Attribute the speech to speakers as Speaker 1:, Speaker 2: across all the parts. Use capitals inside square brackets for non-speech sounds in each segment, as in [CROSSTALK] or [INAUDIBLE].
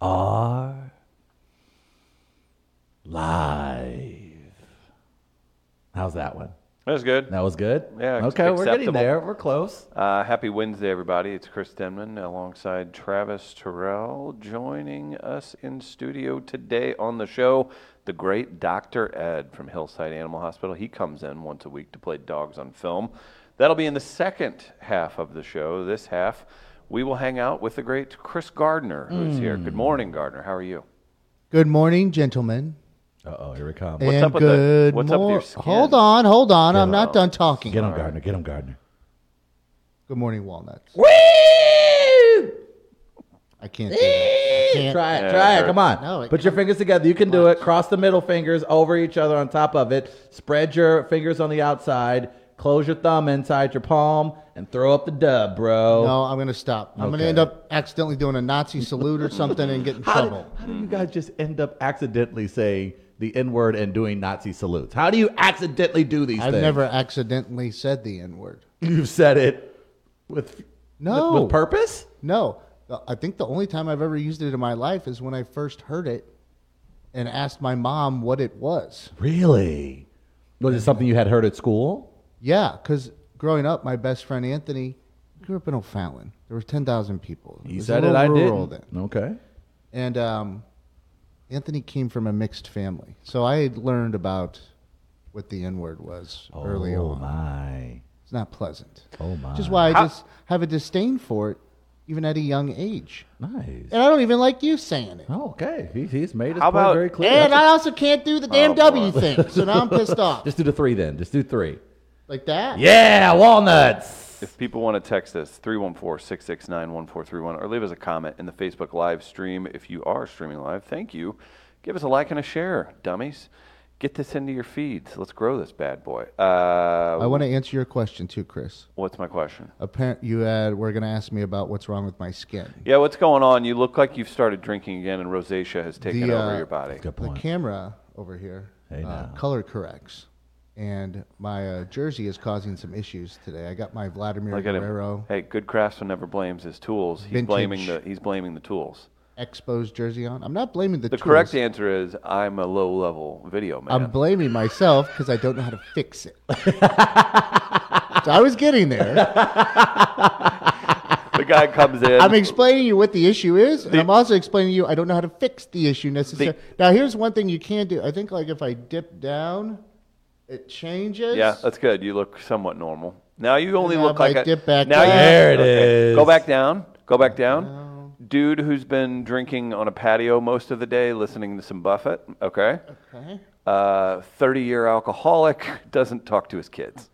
Speaker 1: are live. How's that one?
Speaker 2: That was good.
Speaker 1: That was good?
Speaker 2: Yeah, it's
Speaker 1: Okay, we're getting
Speaker 2: acceptable.
Speaker 1: there. We're close.
Speaker 2: Uh, happy Wednesday, everybody. It's Chris Denman alongside Travis Terrell joining us in studio today on the show. The great Dr. Ed from Hillside Animal Hospital. He comes in once a week to play dogs on film. That'll be in the second half of the show. This half, we will hang out with the great Chris Gardner, who's here. Good morning, Gardner. How are you?
Speaker 3: Good morning, gentlemen.
Speaker 1: Uh oh, here we come.
Speaker 2: What's
Speaker 3: and
Speaker 2: up with the-
Speaker 3: good
Speaker 2: what's up with your skin?
Speaker 3: Hold on, hold on. I'm
Speaker 2: on.
Speaker 3: not done talking.
Speaker 1: Get him, Gardner. Get him, Gardner.
Speaker 3: Good morning, walnuts.
Speaker 1: Woo!
Speaker 3: I can't do that. I can't.
Speaker 1: Try it,
Speaker 2: Yeah,
Speaker 1: try
Speaker 2: it
Speaker 1: it. Come on.
Speaker 3: No, it
Speaker 1: Put your fingers together. You can do it. Cross the middle fingers over each other on top of it. Spread your fingers on the outside. Close your thumb inside your palm and throw up the dub, bro.
Speaker 3: No, I'm going to stop. I'm going
Speaker 1: Okay.
Speaker 3: to end up accidentally doing a Nazi salute or something and get in
Speaker 1: [LAUGHS] How,
Speaker 3: trouble.
Speaker 1: did- how do you guys just end up accidentally saying the N word and doing Nazi salutes? How do you accidentally do these
Speaker 3: I've
Speaker 1: things?
Speaker 3: never accidentally said the N word.
Speaker 1: You've said it with
Speaker 3: No.
Speaker 1: with, with purpose.
Speaker 3: No, The- I think the only time I've ever used it in my life is when I first heard it and asked my mom what it was.
Speaker 1: Really? Was it something you had heard at school?
Speaker 3: Yeah, because growing up, my best friend Anthony grew up in O'Fallon. There were 10,000 people.
Speaker 1: You
Speaker 3: was a
Speaker 1: said it.
Speaker 3: little
Speaker 1: I
Speaker 3: rural
Speaker 1: did. Okay.
Speaker 3: And um, Anthony came from a mixed family. So I had learned about what the N word was early
Speaker 1: oh
Speaker 3: on.
Speaker 1: my.
Speaker 3: It's not pleasant.
Speaker 1: Oh my.
Speaker 3: Which is why I just have a disdain for it, even at a young age.
Speaker 1: Nice.
Speaker 3: And I don't even like you saying it.
Speaker 1: Oh, okay. He, he's made his
Speaker 2: How
Speaker 1: point
Speaker 2: about-
Speaker 1: very clear.
Speaker 3: And
Speaker 1: That's-
Speaker 3: I also can't do the damn
Speaker 2: Oh,
Speaker 3: W
Speaker 2: boy.
Speaker 3: thing. So now I'm pissed off.
Speaker 1: [LAUGHS] just do the three then. Just do three.
Speaker 3: Like that?
Speaker 1: Yeah, walnuts.
Speaker 2: If people want to text us, 314 669 1431, or leave us a comment in the Facebook live stream if you are streaming live, thank you. Give us a like and a share, dummies. Get this into your feeds. Let's grow this bad boy. Uh,
Speaker 3: I want to answer your question too, Chris.
Speaker 2: what's my question?
Speaker 3: Apparent you had were going to ask me about what's wrong with my skin.
Speaker 2: Yeah, what's going on? You look like you've started drinking again, and rosacea has taken
Speaker 3: The,
Speaker 2: over
Speaker 3: uh,
Speaker 2: your body.
Speaker 1: Good
Speaker 3: the
Speaker 1: point.
Speaker 3: camera over here
Speaker 1: Hey,
Speaker 3: uh,
Speaker 1: now.
Speaker 3: color corrects, and my uh, jersey is causing some issues today. I got my Vladimir
Speaker 2: Look at him.
Speaker 3: Guerrero
Speaker 2: Hey, good craftsman never blames his tools. He's
Speaker 3: Vintage.
Speaker 2: blaming the he's blaming the tools.
Speaker 3: exposed jersey on. I'm not blaming the.
Speaker 2: The
Speaker 3: tools.
Speaker 2: correct answer is I'm a low level video man.
Speaker 3: I'm blaming myself because I don't know how to fix
Speaker 2: [LAUGHS]
Speaker 3: it. so I was getting there.
Speaker 2: the guy
Speaker 3: [LAUGHS]
Speaker 2: comes in.
Speaker 3: I'm explaining you what the issue is, and I'm also explaining to you I don't know how to fix the issue necessarily. Now, here's one thing you can do. I think like if I dip down, it changes.
Speaker 2: Yeah, that's good. You look somewhat normal. Now you only
Speaker 3: now
Speaker 2: look
Speaker 3: if I
Speaker 2: like a
Speaker 3: dip back
Speaker 2: now you-
Speaker 3: up.
Speaker 1: There it is.
Speaker 2: Go back down. Go back down. Dude who's been drinking on a patio most of the day, listening to some Buffett. Okay.
Speaker 3: Okay.
Speaker 2: Uh, Thirty-year alcoholic [LAUGHS] doesn't talk to his kids.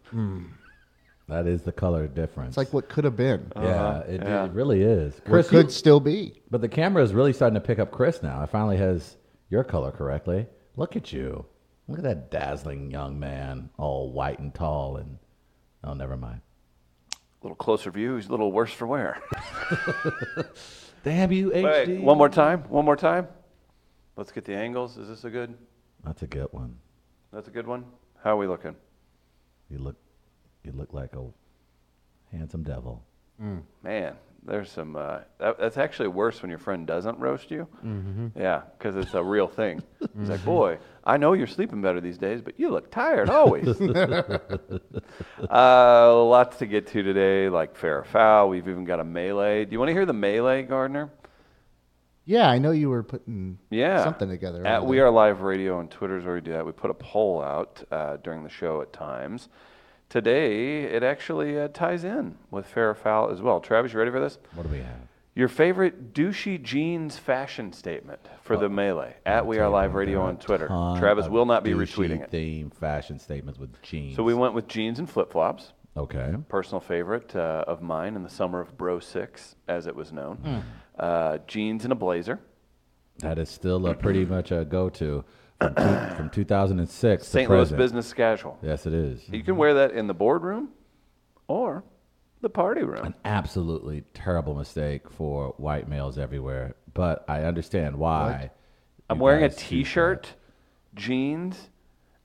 Speaker 1: That is the color difference.
Speaker 3: It's like what could have been.
Speaker 2: Uh,
Speaker 1: yeah,
Speaker 2: Uh-huh.
Speaker 1: it, it really is.
Speaker 3: What
Speaker 1: Chris, you-
Speaker 3: could still be.
Speaker 1: but the camera is really starting to pick up Chris now. It finally has your color correctly. Look at you. Look at that dazzling young man, all white and tall, and oh, never mind.
Speaker 2: A little closer view. He's a little worse for wear.
Speaker 1: Damn you,
Speaker 2: Wait,
Speaker 1: HD.
Speaker 2: one more time. One more time. Let's get the angles. Is this a good?
Speaker 1: That's a good one.
Speaker 2: That's a good one. How are we looking?
Speaker 1: You look, you look like a handsome devil.
Speaker 2: Man, there's some. Uh, that, that's actually worse when your friend doesn't roast you. Mm-hmm. Yeah, because it's a real thing. He's like, boy, I know you're sleeping better these days, but you look tired always. uh, lots to get to today, like fair or foul. We've even got a melee. Do you want to hear the melee, Gardner?
Speaker 3: Yeah, I know you were putting
Speaker 2: Yeah.
Speaker 3: something together.
Speaker 2: At
Speaker 3: earlier.
Speaker 2: We Are Live Radio on Twitter is where we do that. We put a poll out uh, during the show at times. Today, it actually uh, ties in with fair or foul as well. Travis, you ready for this?
Speaker 1: What do we have?
Speaker 2: Your favorite douchey jeans fashion statement for
Speaker 1: Uh,
Speaker 2: the melee at We Are Live Radio on Twitter.
Speaker 1: Ton
Speaker 2: Travis
Speaker 1: of
Speaker 2: will not be
Speaker 1: douchey
Speaker 2: retweeting it.
Speaker 1: Theme fashion statements with jeans.
Speaker 2: So we went with jeans and flip flops.
Speaker 1: okay.
Speaker 2: Personal favorite uh, of mine in the summer of Bro Six, as it was known.
Speaker 1: Hmm.
Speaker 2: Uh, jeans and a blazer.
Speaker 1: That is still a pretty much a go-to from, two, from 2006. to
Speaker 2: St. Louis
Speaker 1: present.
Speaker 2: business casual.
Speaker 1: Yes, it is.
Speaker 2: You can wear that in the boardroom or the party room.
Speaker 1: An absolutely terrible mistake for white males everywhere, but I understand why.
Speaker 2: I'm
Speaker 1: you
Speaker 2: wearing a
Speaker 1: guys do that.
Speaker 2: t-shirt, jeans,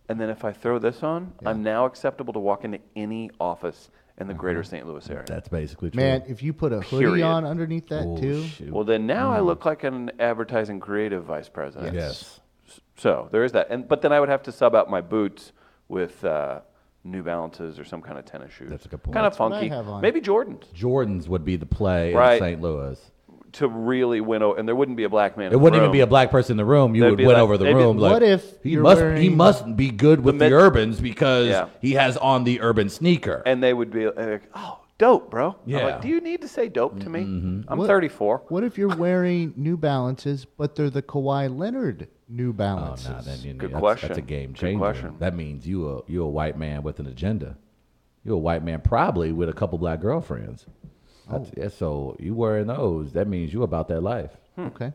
Speaker 2: and then if I throw this on, I'm now acceptable to walk into any office and the
Speaker 1: Mm-hmm.
Speaker 2: greater St. Louis area.
Speaker 1: That's basically true.
Speaker 3: Man, if you put a hoodie
Speaker 2: Period.
Speaker 3: on underneath that
Speaker 1: Oh,
Speaker 3: too,
Speaker 1: shoot.
Speaker 2: Well, then now I look like an advertising creative vice president.
Speaker 1: Mm. yes.
Speaker 2: So there is that, and but then I would have to sub out my boots with uh, New Balances or some kind of tennis shoes.
Speaker 1: That's a good point.
Speaker 2: Kind of
Speaker 1: That's
Speaker 3: what I
Speaker 2: funky.
Speaker 3: have on.
Speaker 2: Maybe Jordans
Speaker 1: Jordan's would be the play
Speaker 2: Right.
Speaker 1: in St. Louis.
Speaker 2: to really win over, and there wouldn't be a black man.
Speaker 1: It wouldn't even be a black person in the room. You
Speaker 2: They'd
Speaker 1: would
Speaker 2: be
Speaker 1: win
Speaker 2: like-
Speaker 1: over the
Speaker 2: they'd be-
Speaker 1: room. like,
Speaker 3: What if
Speaker 1: he
Speaker 3: you're
Speaker 1: must he
Speaker 3: wearing-
Speaker 1: must be good with the,
Speaker 2: mid-
Speaker 1: Urbans because
Speaker 2: Yeah.
Speaker 1: he has on the Urban sneaker.
Speaker 2: And they would be like, "Oh, dope, bro." I'm
Speaker 1: Yeah. Mm-hmm.
Speaker 2: like, do you need to say dope to me? I'm
Speaker 3: What-
Speaker 2: 34.
Speaker 3: what if you're wearing New Balances, but they're the Kawhi Leonard New
Speaker 1: Oh,
Speaker 3: Balances?
Speaker 1: no, then you know,
Speaker 2: Good
Speaker 1: that's, That's a
Speaker 2: question.
Speaker 1: game
Speaker 2: Good
Speaker 1: changer.
Speaker 2: question.
Speaker 1: That means you a you a white man with an agenda. You're a white man probably with a couple black girlfriends.
Speaker 2: Oh.
Speaker 1: That's, yeah, so you wearing those? That means you about that life.
Speaker 3: Hmm.
Speaker 2: Hmm.
Speaker 3: okay.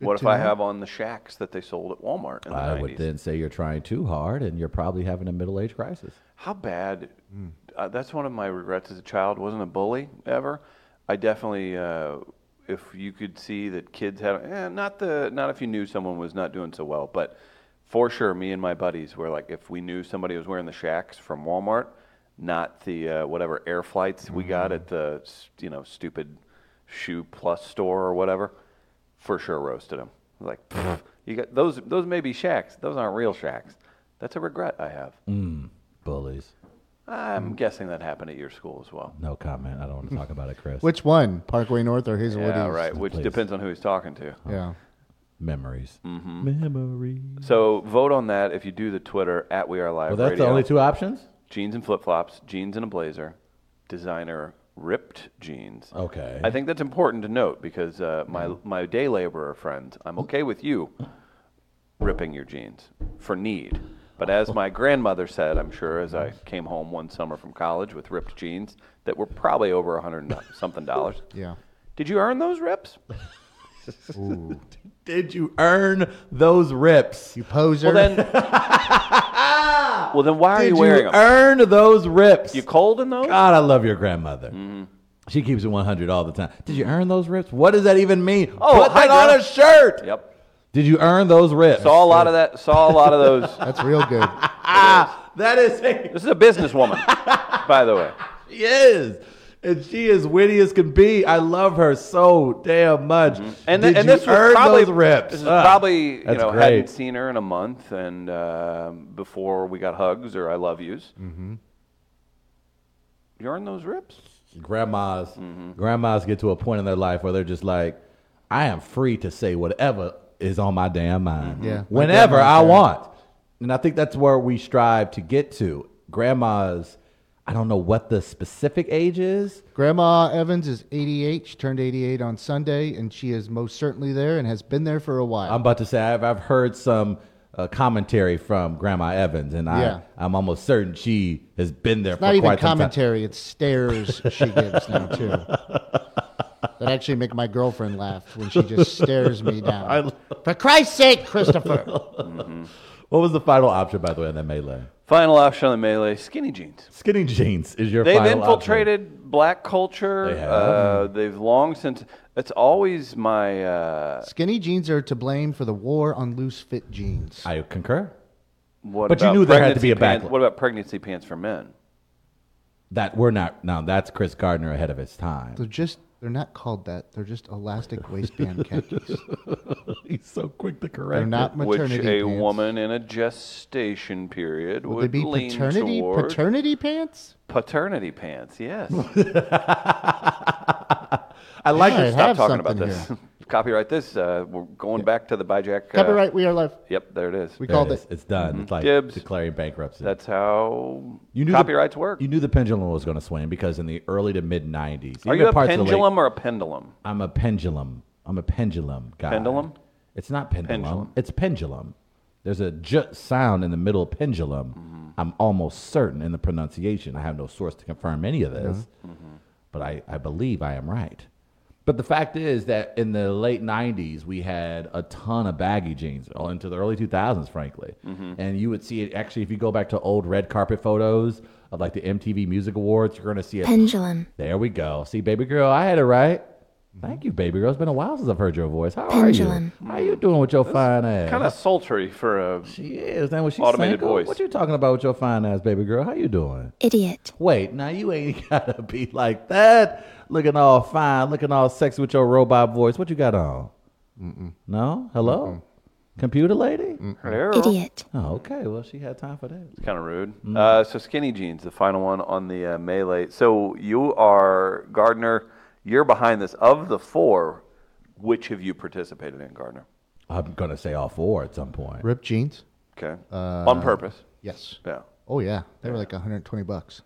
Speaker 2: What if
Speaker 3: to
Speaker 2: I
Speaker 3: know.
Speaker 2: have on the shacks that they sold at Walmart in the
Speaker 1: I
Speaker 2: 90s?
Speaker 1: would then say you're trying too hard, and you're probably having a middle age crisis.
Speaker 2: How bad? Uh, that's one of my regrets as a child. Wasn't a bully ever. I definitely, uh, if you could see that kids had, eh, not the, not if you knew someone was not doing so well, but for sure, me and my buddies were like, if we knew somebody was wearing the shacks from Walmart, not the uh, whatever air flights we got at the, s- you know, stupid shoe plus store or whatever, for sure roasted them. Like, "Pfft, you got those, those may be shacks. Those aren't real shacks. That's a regret I have.
Speaker 1: Bullies.
Speaker 2: I'm guessing that happened at your school as well.
Speaker 1: No comment. I don't want to talk about it, Chris.
Speaker 3: Which one, Parkway North or Hazelwood
Speaker 2: Yeah,
Speaker 3: East?
Speaker 2: right. Which
Speaker 1: Please.
Speaker 2: depends on who he's talking to.
Speaker 3: Yeah.
Speaker 1: memories?
Speaker 2: Mm-hmm.
Speaker 1: Memories.
Speaker 2: So vote on that if you do the Twitter at We Are Live
Speaker 1: Well, that's
Speaker 2: Radio.
Speaker 1: the only two options.
Speaker 2: jeans and flip flops, jeans and a blazer, designer ripped jeans.
Speaker 1: Okay.
Speaker 2: I think that's important to note because uh, my my day laborer friends, I'm okay with you ripping your jeans for need. But as my grandmother said, I'm sure as I came home one summer from college with ripped jeans that were probably over a hundred and something dollars.
Speaker 3: Yeah.
Speaker 2: Did you earn those rips?
Speaker 1: Did you earn those rips?
Speaker 3: You
Speaker 2: Well
Speaker 3: poser.
Speaker 1: [LAUGHS]
Speaker 2: then, well then, why are
Speaker 1: Did
Speaker 2: you
Speaker 1: you
Speaker 2: wearing them?
Speaker 1: earn those rips?
Speaker 2: You cold in those?
Speaker 1: God, I love your grandmother.
Speaker 2: Mm-hmm.
Speaker 1: She keeps it 100 all the time. Did you earn those rips? What does that even mean?
Speaker 2: Oh,
Speaker 1: Put
Speaker 2: hi,
Speaker 1: that on
Speaker 2: Grandma.
Speaker 1: a shirt.
Speaker 2: Yep.
Speaker 1: Did you earn those rips?
Speaker 2: Saw a lot of that. Saw a lot of
Speaker 1: [LAUGHS]
Speaker 2: those.
Speaker 3: That's real
Speaker 2: [LAUGHS]
Speaker 3: good.
Speaker 1: That is [LAUGHS] it.
Speaker 2: This is a businesswoman, by the way.
Speaker 1: She is. And she is witty as can be. I love her so damn much.
Speaker 2: Mm-hmm. And,
Speaker 1: Did
Speaker 2: th- and
Speaker 1: you
Speaker 2: this was
Speaker 1: earn
Speaker 2: probably
Speaker 1: those rips.
Speaker 2: This is
Speaker 1: Ah,
Speaker 2: probably you
Speaker 1: that's
Speaker 2: know
Speaker 1: great.
Speaker 2: hadn't seen her in a month, and um before we got hugs or I love yous. Mm-hmm. You earn those rips.
Speaker 1: grandmas
Speaker 2: Mm-hmm.
Speaker 1: grandmas get to a point in their life where they're just like i am free to say whatever is on my damn
Speaker 2: Mm-hmm.
Speaker 1: mind
Speaker 3: Yeah.
Speaker 1: whenever i
Speaker 3: My grandma's there.
Speaker 1: want and i think that's where we strive to get to grandmas i don't know what the specific age is
Speaker 3: Grandma Evans is 88. She turned 88 on Sunday, and she is most certainly there and has been there for a while.
Speaker 1: i'm about to say i've, I've heard some uh, commentary from grandma evans and I,
Speaker 3: Yeah.
Speaker 1: i'm almost certain she has been there for
Speaker 3: Not even
Speaker 1: quite some time
Speaker 3: commentary. It's stares she gives now too. That actually make my girlfriend laugh when she just stares me down.
Speaker 2: [LAUGHS]
Speaker 3: for Christ's sake, Christopher.
Speaker 1: what was the final option by the way on that melee
Speaker 2: Final option on the melee: skinny jeans.
Speaker 1: skinny jeans is your
Speaker 2: They've
Speaker 1: final
Speaker 2: infiltrated black culture.
Speaker 1: They have.
Speaker 2: Uh, they've long since. It's always my. Uh,
Speaker 3: Skinny jeans are to blame for the war on loose fit jeans.
Speaker 1: option. i concur
Speaker 2: what
Speaker 1: But you
Speaker 2: about
Speaker 1: knew there had to be a
Speaker 2: pregnancy pants-
Speaker 1: backlash.
Speaker 2: What about pregnancy pants for men?
Speaker 1: That we're not now. That's Chris Gardner ahead of his
Speaker 3: They're
Speaker 1: time.
Speaker 3: just they're not called that. They're just elastic
Speaker 2: [LAUGHS]
Speaker 3: waistband khakis.
Speaker 1: [LAUGHS] He's so quick to correct.
Speaker 3: They're not maternity
Speaker 2: Which a
Speaker 3: pants.
Speaker 2: woman in a gestation period
Speaker 3: Would they
Speaker 2: would
Speaker 3: be
Speaker 2: lean
Speaker 3: paternity
Speaker 2: toward.
Speaker 3: paternity pants?
Speaker 2: paternity pants, yes.
Speaker 1: I like
Speaker 3: Yeah,
Speaker 1: your
Speaker 3: it
Speaker 1: style.
Speaker 2: Stop
Speaker 3: have
Speaker 2: talking about
Speaker 3: something
Speaker 2: this.
Speaker 3: here.
Speaker 2: [LAUGHS] Copyright this. Uh, we're going back to the BiJack. Uh,
Speaker 3: Copyright, we are live.
Speaker 2: Yep, there it is.
Speaker 3: We
Speaker 1: There
Speaker 3: called
Speaker 1: it is.
Speaker 3: it.
Speaker 1: It's done. It's like
Speaker 2: Dibs.
Speaker 1: declaring bankruptcy.
Speaker 2: That's how
Speaker 1: You knew the-
Speaker 2: copyrights work.
Speaker 1: you knew the pendulum was going to swing because in the early to mid '90s,
Speaker 2: Are you a pendulum or a pendulum?
Speaker 1: I'm a pendulum. I'm a pendulum guy.
Speaker 2: Pendulum?
Speaker 1: It's not pendulum.
Speaker 2: Pendulum.
Speaker 1: It's pendulum. There's a j sound in the middle of pendulum.
Speaker 2: Mm-hmm.
Speaker 1: I'm almost certain in the pronunciation. I have no source to confirm any of this,
Speaker 2: Mm-hmm.
Speaker 1: but I, I believe I am right. But the fact is that in the late 90s, we had a ton of baggy jeans, all into the early 2000s, frankly.
Speaker 2: Mm-hmm.
Speaker 1: And you would see it actually, if you go back to old red carpet photos of like the MTV Music Awards, you're going to see a
Speaker 4: Pendulum.
Speaker 1: there we go. See, baby girl, I had it right. Thank you, baby girl. It's been a while since I've heard your voice. How are you?
Speaker 4: Pendulum.
Speaker 1: How you doing with your fine ass?
Speaker 2: Kind of sultry for a.
Speaker 1: She is. Now, was she
Speaker 2: Automated
Speaker 1: single?
Speaker 2: voice.
Speaker 1: What you talking about with your fine ass, baby girl? How you doing?
Speaker 4: Idiot.
Speaker 1: Wait, now you ain't [LAUGHS] gotta be like that. Looking all fine, looking all sexy with your robot voice. What you got on? Mm-mm. No. Hello, computer lady.
Speaker 4: Idiot.
Speaker 1: Oh, okay. Well, she had time for that.
Speaker 2: Kind of rude.
Speaker 3: Mm.
Speaker 2: Uh, so skinny jeans, the final one on the uh, melee. So you are Gardner. You're behind this. Of the four, which have you participated in, Gardner?
Speaker 1: I'm gonna say all four at some point.
Speaker 3: Ripped jeans.
Speaker 2: Okay.
Speaker 3: Uh,
Speaker 2: on purpose.
Speaker 3: Yes.
Speaker 2: Yeah.
Speaker 3: Oh yeah, they were like 120 bucks.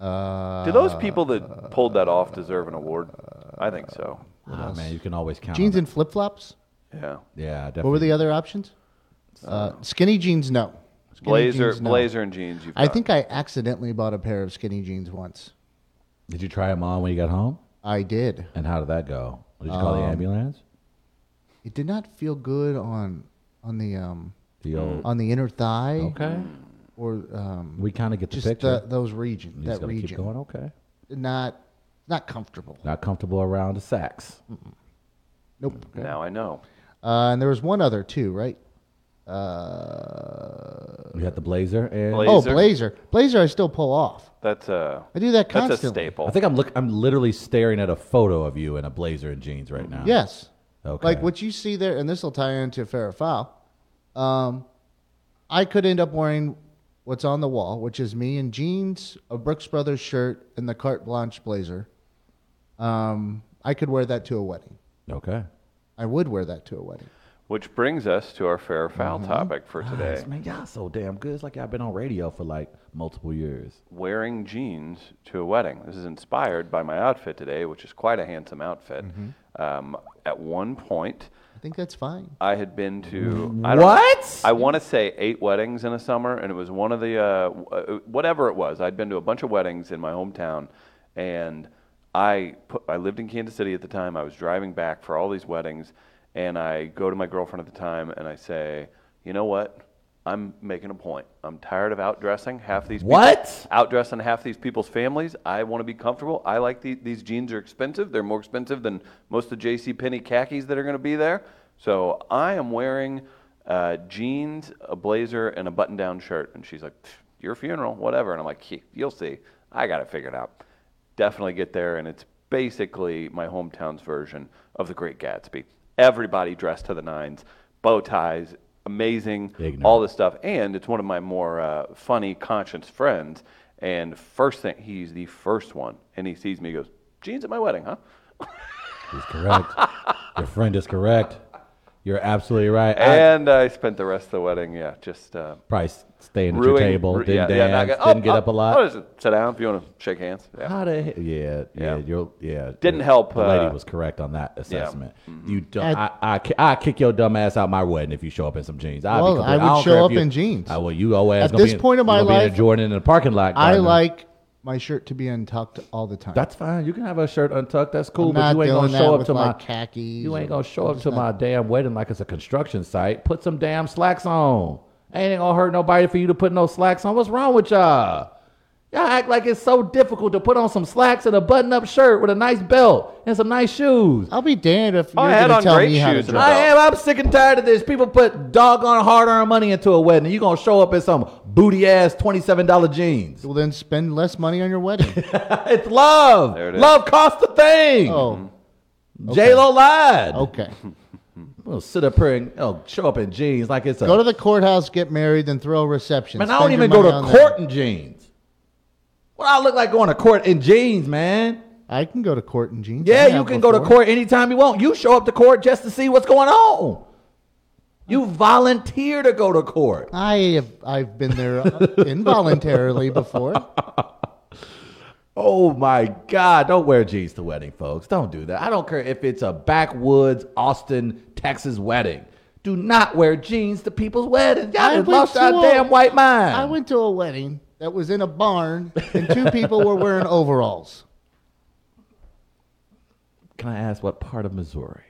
Speaker 3: Uh,
Speaker 2: Do those people that pulled that off deserve an award? I think so.
Speaker 3: Uh,
Speaker 1: Ah, man, you can always count.
Speaker 3: jeans
Speaker 1: on
Speaker 3: and flip flops.
Speaker 2: Yeah.
Speaker 1: it. yeah, definitely.
Speaker 3: What were the other options? Uh, skinny jeans, no. Skinny
Speaker 2: Blazer,
Speaker 3: jeans, no.
Speaker 2: blazer and jeans. You've
Speaker 3: I
Speaker 2: got.
Speaker 3: think I accidentally bought a pair of skinny jeans once.
Speaker 1: Did you try them on when you got home?
Speaker 3: I did.
Speaker 1: And how did that go? Did you
Speaker 2: Um,
Speaker 1: call the ambulance?
Speaker 3: It did not feel good on on the um
Speaker 1: The
Speaker 2: mm.
Speaker 1: old.
Speaker 3: on the inner thigh
Speaker 1: Okay.
Speaker 3: or um
Speaker 1: We kind of get the
Speaker 3: just
Speaker 1: picture.
Speaker 3: the, those region
Speaker 1: you just
Speaker 3: that
Speaker 1: gotta
Speaker 3: region
Speaker 1: keep going. Okay.
Speaker 3: not not comfortable.
Speaker 1: Not comfortable around the sacks.
Speaker 3: Nope.
Speaker 2: Now I know.
Speaker 3: Uh, and there was one other too, right? Uh,
Speaker 1: You got the blazer and
Speaker 2: Blazer.
Speaker 3: oh, blazer. Blazer, I still pull off.
Speaker 2: That's a.
Speaker 3: I do that
Speaker 2: That's
Speaker 3: constantly.
Speaker 2: a staple.
Speaker 1: I think I'm look. I'm literally staring at a photo of you in a blazer and jeans right now.
Speaker 3: Yes.
Speaker 1: Okay.
Speaker 3: Like what you see there, and this will tie into fair or foul. Um, I could end up wearing what's on the wall, which is me in jeans, a Brooks Brothers shirt, and the carte blanche blazer. Um, I could wear that to a wedding.
Speaker 1: Okay.
Speaker 3: I would wear that to a wedding.
Speaker 2: Which brings us to our fair or foul
Speaker 3: Mm-hmm.
Speaker 2: topic for today.
Speaker 1: Guys, man, y'all so damn good. It's like y'all been on radio for like multiple years.
Speaker 2: wearing jeans to a wedding. This is inspired by my outfit today, which is quite a handsome outfit.
Speaker 1: Mm-hmm.
Speaker 2: Um, at one point,
Speaker 3: I think that's fine.
Speaker 2: I had been to I don't-
Speaker 1: What?
Speaker 2: I want to say eight weddings in a summer, and it was one of the uh, w- uh, whatever it was. I'd been to a bunch of weddings in my hometown, and I put, I lived in Kansas City at the time. I was driving back for all these weddings, and I go to my girlfriend at the time and I say, you know what? I'm making a point. I'm tired of outdressing half these
Speaker 1: What?
Speaker 2: people, outdressing half these people's families. I want to be comfortable. I like the, these jeans are expensive. They're more expensive than most of the J.C. Penney khakis that are going to be there. So I am wearing uh, jeans, a blazer, and a button-down shirt. And she's like, "Pff, "Your funeral, whatever." And I'm like, "Hey, "You'll see. I got it figured out." Definitely get there, and it's basically my hometown's version of the Great Gatsby. Everybody dressed to the nines, bow ties, amazing,
Speaker 1: Ignorant.
Speaker 2: all this stuff. And it's one of my more uh, funny conscience friends. And first thing, he's the first one, and he sees me, he goes, "Jeans at my wedding, huh?"
Speaker 1: He's
Speaker 2: [LAUGHS]
Speaker 1: correct. Your friend is correct. You're absolutely right. I
Speaker 2: And I spent the rest of the wedding, yeah, just uh,
Speaker 1: probably s- staying at your
Speaker 2: ruining-
Speaker 1: table,
Speaker 2: ru-
Speaker 1: didn't
Speaker 2: yeah, yeah, not Oh,
Speaker 1: dance,
Speaker 2: gonna-
Speaker 1: didn't get up a lot.
Speaker 2: I'll just sit down if you want to shake hands. Yeah.
Speaker 1: How the he- yeah, yeah,
Speaker 2: Yeah.
Speaker 1: you're, yeah.
Speaker 2: Didn't
Speaker 1: the-
Speaker 2: help,
Speaker 1: The lady
Speaker 2: uh, Mm-hmm.
Speaker 1: was correct on that assessment. You, do,
Speaker 3: I'd-
Speaker 1: I, I, ki- I kick your dumb ass out my wedding if you show up in some jeans. I'd be
Speaker 3: Well,
Speaker 1: complete-
Speaker 3: I would
Speaker 1: don't
Speaker 3: show
Speaker 1: care if
Speaker 3: up
Speaker 1: you-
Speaker 3: in jeans.
Speaker 1: I will. You old ass.
Speaker 3: At
Speaker 1: gonna be
Speaker 3: this
Speaker 1: in-
Speaker 3: point in
Speaker 1: you
Speaker 3: my
Speaker 1: gonna be in a
Speaker 3: life,
Speaker 1: Jordan in the parking lot.
Speaker 3: I
Speaker 1: Gardner.
Speaker 3: like my shirt to be untucked all the time.
Speaker 1: That's fine. You can have a shirt untucked. That's cool.
Speaker 3: I'm
Speaker 1: but
Speaker 3: not
Speaker 1: you ain't
Speaker 3: doing
Speaker 1: gonna
Speaker 3: that
Speaker 1: show up
Speaker 3: with
Speaker 1: to
Speaker 3: my
Speaker 1: my
Speaker 3: khakis
Speaker 1: You ain't
Speaker 3: or-
Speaker 1: gonna show up to my damn wedding like it's a construction site. Put some damn slacks on. Ain't it gonna hurt nobody for you to put no slacks on. What's wrong with y'all? Y'all act like it's so difficult to put on some slacks and a button-up shirt with a nice belt and some nice shoes.
Speaker 3: I'll be damned if
Speaker 2: Oh, I
Speaker 3: you're
Speaker 2: had
Speaker 3: going
Speaker 2: on
Speaker 3: to tell
Speaker 2: great
Speaker 3: me how to
Speaker 2: shoes and
Speaker 3: dress.
Speaker 1: I am. I'm sick and tired of this. People put doggone hard-earned money into a wedding, and you gonna show up in some booty-ass twenty-seven dollar jeans.
Speaker 2: [LAUGHS]
Speaker 3: Well, then spend less money on your
Speaker 1: [LAUGHS]
Speaker 3: wedding.
Speaker 1: it's love.
Speaker 2: There it is.
Speaker 1: Love costs a thing.
Speaker 3: oh,
Speaker 1: J Lo lied.
Speaker 2: Oh.
Speaker 3: okay.
Speaker 1: We'll sit up here and oh, show up in jeans like it's a.
Speaker 3: Go to the courthouse, get married, then throw a reception.
Speaker 1: man, I don't
Speaker 3: Spend your
Speaker 1: even go
Speaker 3: money
Speaker 1: to
Speaker 3: on that.
Speaker 1: court in jeans. What I look like going to court in jeans, man?
Speaker 3: I can go to court in jeans. I
Speaker 1: Yeah, you
Speaker 3: have
Speaker 1: can go to
Speaker 3: before.
Speaker 1: court anytime you want. You show up to court just to see what's going on. You volunteer to go to court.
Speaker 3: I have. I've been there uh, [LAUGHS]
Speaker 1: [LAUGHS]
Speaker 3: involuntarily before.
Speaker 1: Oh my God! Don't wear jeans to wedding, folks. Don't do that. I don't care if it's a backwoods Austin, Texas wedding. Do not wear jeans to people's weddings. Y'all
Speaker 3: I
Speaker 1: just
Speaker 3: went
Speaker 1: lost
Speaker 3: to
Speaker 1: our
Speaker 3: a-
Speaker 1: damn white mind.
Speaker 3: I went to a wedding that was in a barn, and two people were wearing overalls.
Speaker 1: Can I ask what part of Missouri?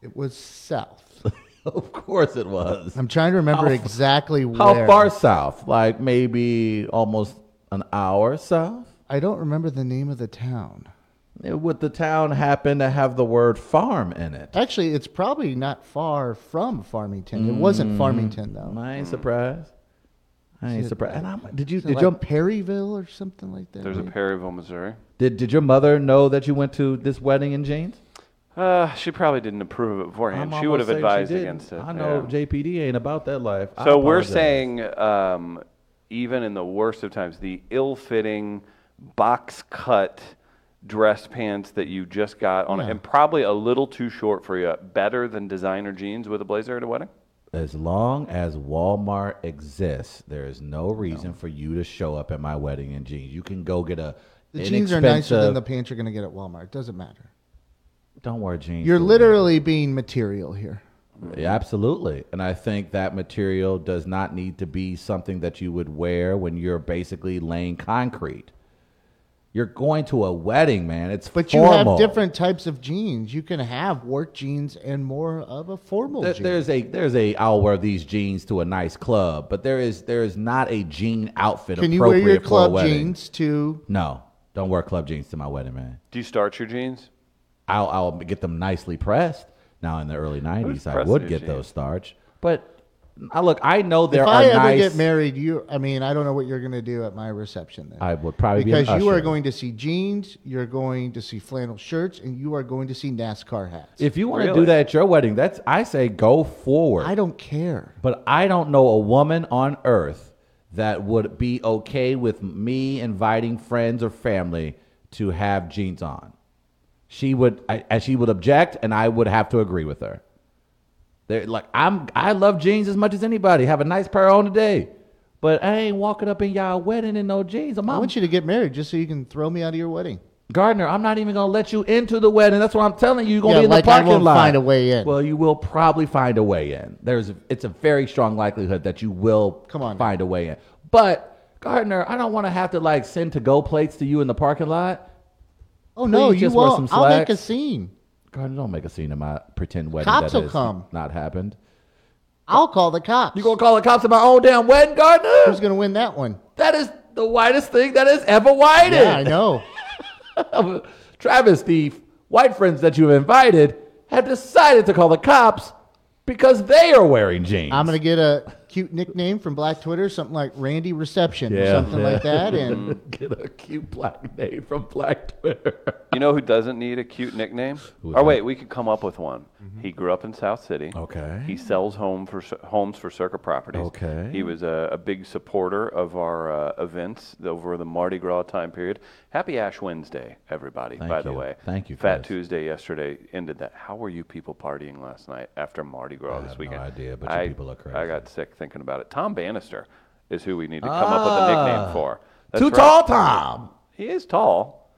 Speaker 3: It was south.
Speaker 1: [LAUGHS] of course it was.
Speaker 3: I'm trying to remember exactly
Speaker 1: How
Speaker 3: where.
Speaker 1: far south? Like maybe almost an hour south?
Speaker 3: I don't remember the name of the town.
Speaker 1: Would the town happen to have the word farm in it?
Speaker 3: Actually, it's probably not far from Farmington. It wasn't
Speaker 1: Mm.
Speaker 3: Farmington though.
Speaker 1: I ain't surprised. I ain't
Speaker 3: it
Speaker 1: surprised. And I'm, did you
Speaker 3: Is it
Speaker 1: did
Speaker 3: Hmm. like
Speaker 1: your
Speaker 3: Perryville or something like that?
Speaker 2: There's a Perryville, Missouri.
Speaker 1: did, did your mother know that you went to this wedding in Jeans?
Speaker 2: Uh, she probably didn't approve it beforehand.
Speaker 1: I'm
Speaker 2: She would
Speaker 1: almost
Speaker 2: have
Speaker 1: certain she
Speaker 2: advised
Speaker 1: didn't.
Speaker 2: against it.
Speaker 1: I know
Speaker 2: yeah.
Speaker 1: JPD ain't about that life. I
Speaker 2: So we're
Speaker 1: apologize.
Speaker 2: saying, um, even in the worst of times, the ill-fitting box cut dress pants that you just got on, and probably a little too short for you. Better than designer jeans with a blazer at a wedding.
Speaker 1: as long as Walmart exists, there is no reason for you to show up at my wedding in jeans. You can go get a
Speaker 3: the jeans are nicer than the
Speaker 1: inexpensive-
Speaker 3: pants you're going to get at Walmart. It doesn't matter.
Speaker 1: Don't wear jeans.
Speaker 3: You're
Speaker 1: to a
Speaker 3: literally being material here.
Speaker 1: Yeah, absolutely. And I think that material does not need to be something that you would wear when you're basically laying concrete. You're going to a wedding, man. It's
Speaker 3: But you
Speaker 1: formal.
Speaker 3: have different types of jeans. You can have work jeans and more of a formal
Speaker 1: There-
Speaker 3: jean.
Speaker 1: there's a there's a I'll wear these jeans to a nice club, but there is there is not a jean outfit.
Speaker 3: Can you wear
Speaker 1: appropriate
Speaker 3: your
Speaker 1: for a
Speaker 3: club
Speaker 1: wedding.
Speaker 3: jeans to?
Speaker 1: No, don't wear club jeans to my wedding, man.
Speaker 2: Do you starch your jeans?
Speaker 1: I'll I'll get them nicely pressed. Now in the early '90s, I
Speaker 2: pressing
Speaker 1: would
Speaker 2: your
Speaker 1: get
Speaker 2: jeans?
Speaker 1: those starched, but I look, I know there
Speaker 3: if
Speaker 1: are
Speaker 3: I ever
Speaker 1: nice.
Speaker 3: get married, you. I mean, I don't know what you're going to do at my reception then.
Speaker 1: I would probably be an
Speaker 3: because you are
Speaker 1: usher.
Speaker 3: going to see jeans, you're going to see flannel shirts, and you are going to see NASCAR hats.
Speaker 1: If you want to
Speaker 2: Really?
Speaker 1: do that at your wedding, that's I say go forward.
Speaker 3: I don't care.
Speaker 1: but I don't know a woman on earth that would be okay with me inviting friends or family to have jeans on. She would, I, and she would object, and I would have to agree with her. They're like, I'm, I love jeans as much as anybody. Have a nice pair on today, but I ain't walking up in y'all wedding in no jeans. I'm
Speaker 3: I
Speaker 1: out.
Speaker 3: want you to get married just so you can throw me out of your wedding.
Speaker 1: Gardner, I'm not even gonna let you into the wedding. That's what I'm telling you. You're gonna
Speaker 3: Yeah,
Speaker 1: be in
Speaker 3: like
Speaker 1: the
Speaker 3: I
Speaker 1: parking
Speaker 3: won't
Speaker 1: lot.
Speaker 3: find a way in.
Speaker 1: Well, you will probably find a way in. There's, it's a very strong likelihood that you will
Speaker 3: Come on.
Speaker 1: find a way in. But Gardner, I don't want to have to like send to go plates to you in the parking lot.
Speaker 3: Oh no,
Speaker 1: Please
Speaker 3: you
Speaker 1: just wear
Speaker 3: won't.
Speaker 1: some
Speaker 3: I'll make a
Speaker 1: slacks.
Speaker 3: scene.
Speaker 1: Gardner, don't make a scene in my pretend wedding
Speaker 3: Cops
Speaker 1: that
Speaker 3: will
Speaker 1: has
Speaker 3: come.
Speaker 1: not happened.
Speaker 3: I'll call the cops.
Speaker 1: You gonna call the cops at my own damn wedding,
Speaker 3: Who's
Speaker 1: Gardner?
Speaker 3: going to win that one?
Speaker 1: That is the whitest thing that has ever whited.
Speaker 3: Yeah, I know.
Speaker 1: Travis, the white friends that you invited, have decided to call the cops because they are wearing jeans.
Speaker 3: I'm going to get a cute nickname from Black Twitter, something like Randy Reception or
Speaker 1: Yeah,
Speaker 3: something
Speaker 1: yeah. [LAUGHS]
Speaker 3: like that. And
Speaker 1: get a cute black name from Black Twitter.
Speaker 2: You know who doesn't need a cute nickname?
Speaker 1: Who
Speaker 2: or
Speaker 1: is Mm-hmm. Oh,
Speaker 2: wait, we could come up with one. He grew up in South City.
Speaker 1: Okay.
Speaker 2: He sells home for cir- homes for circuit properties.
Speaker 1: Mm. Okay.
Speaker 2: He was a, a big supporter of our uh, events over the Mardi Gras time period. Happy Ash Wednesday, everybody.
Speaker 1: Thank
Speaker 2: by the
Speaker 1: you.
Speaker 2: way,
Speaker 1: Thank you,
Speaker 2: Fat
Speaker 1: Chris.
Speaker 2: Tuesday yesterday ended that. How were you people partying last night after Mardi Gras this
Speaker 1: have no
Speaker 2: weekend?
Speaker 1: idea, but you
Speaker 2: I-
Speaker 1: people are
Speaker 2: I
Speaker 1: crazy.
Speaker 2: got sick thinking about it. Tom Bannister is who we need to come up with a
Speaker 1: Ah.
Speaker 2: nickname for. That's
Speaker 1: Too
Speaker 2: right.
Speaker 1: tall, Tom.
Speaker 2: He is tall.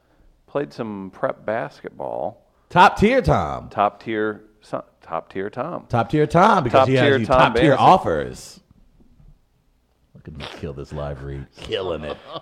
Speaker 2: Played some prep basketball.
Speaker 1: Top tier, Tom.
Speaker 2: Top tier, son- top tier Tom.
Speaker 1: Top tier, Tom, because
Speaker 2: Top
Speaker 1: he
Speaker 2: tier
Speaker 1: has you
Speaker 2: Tom
Speaker 1: top tier
Speaker 2: Benson.
Speaker 1: offers. Look at me kill this live read. Killing
Speaker 2: [LAUGHS]
Speaker 1: it.
Speaker 2: Uh,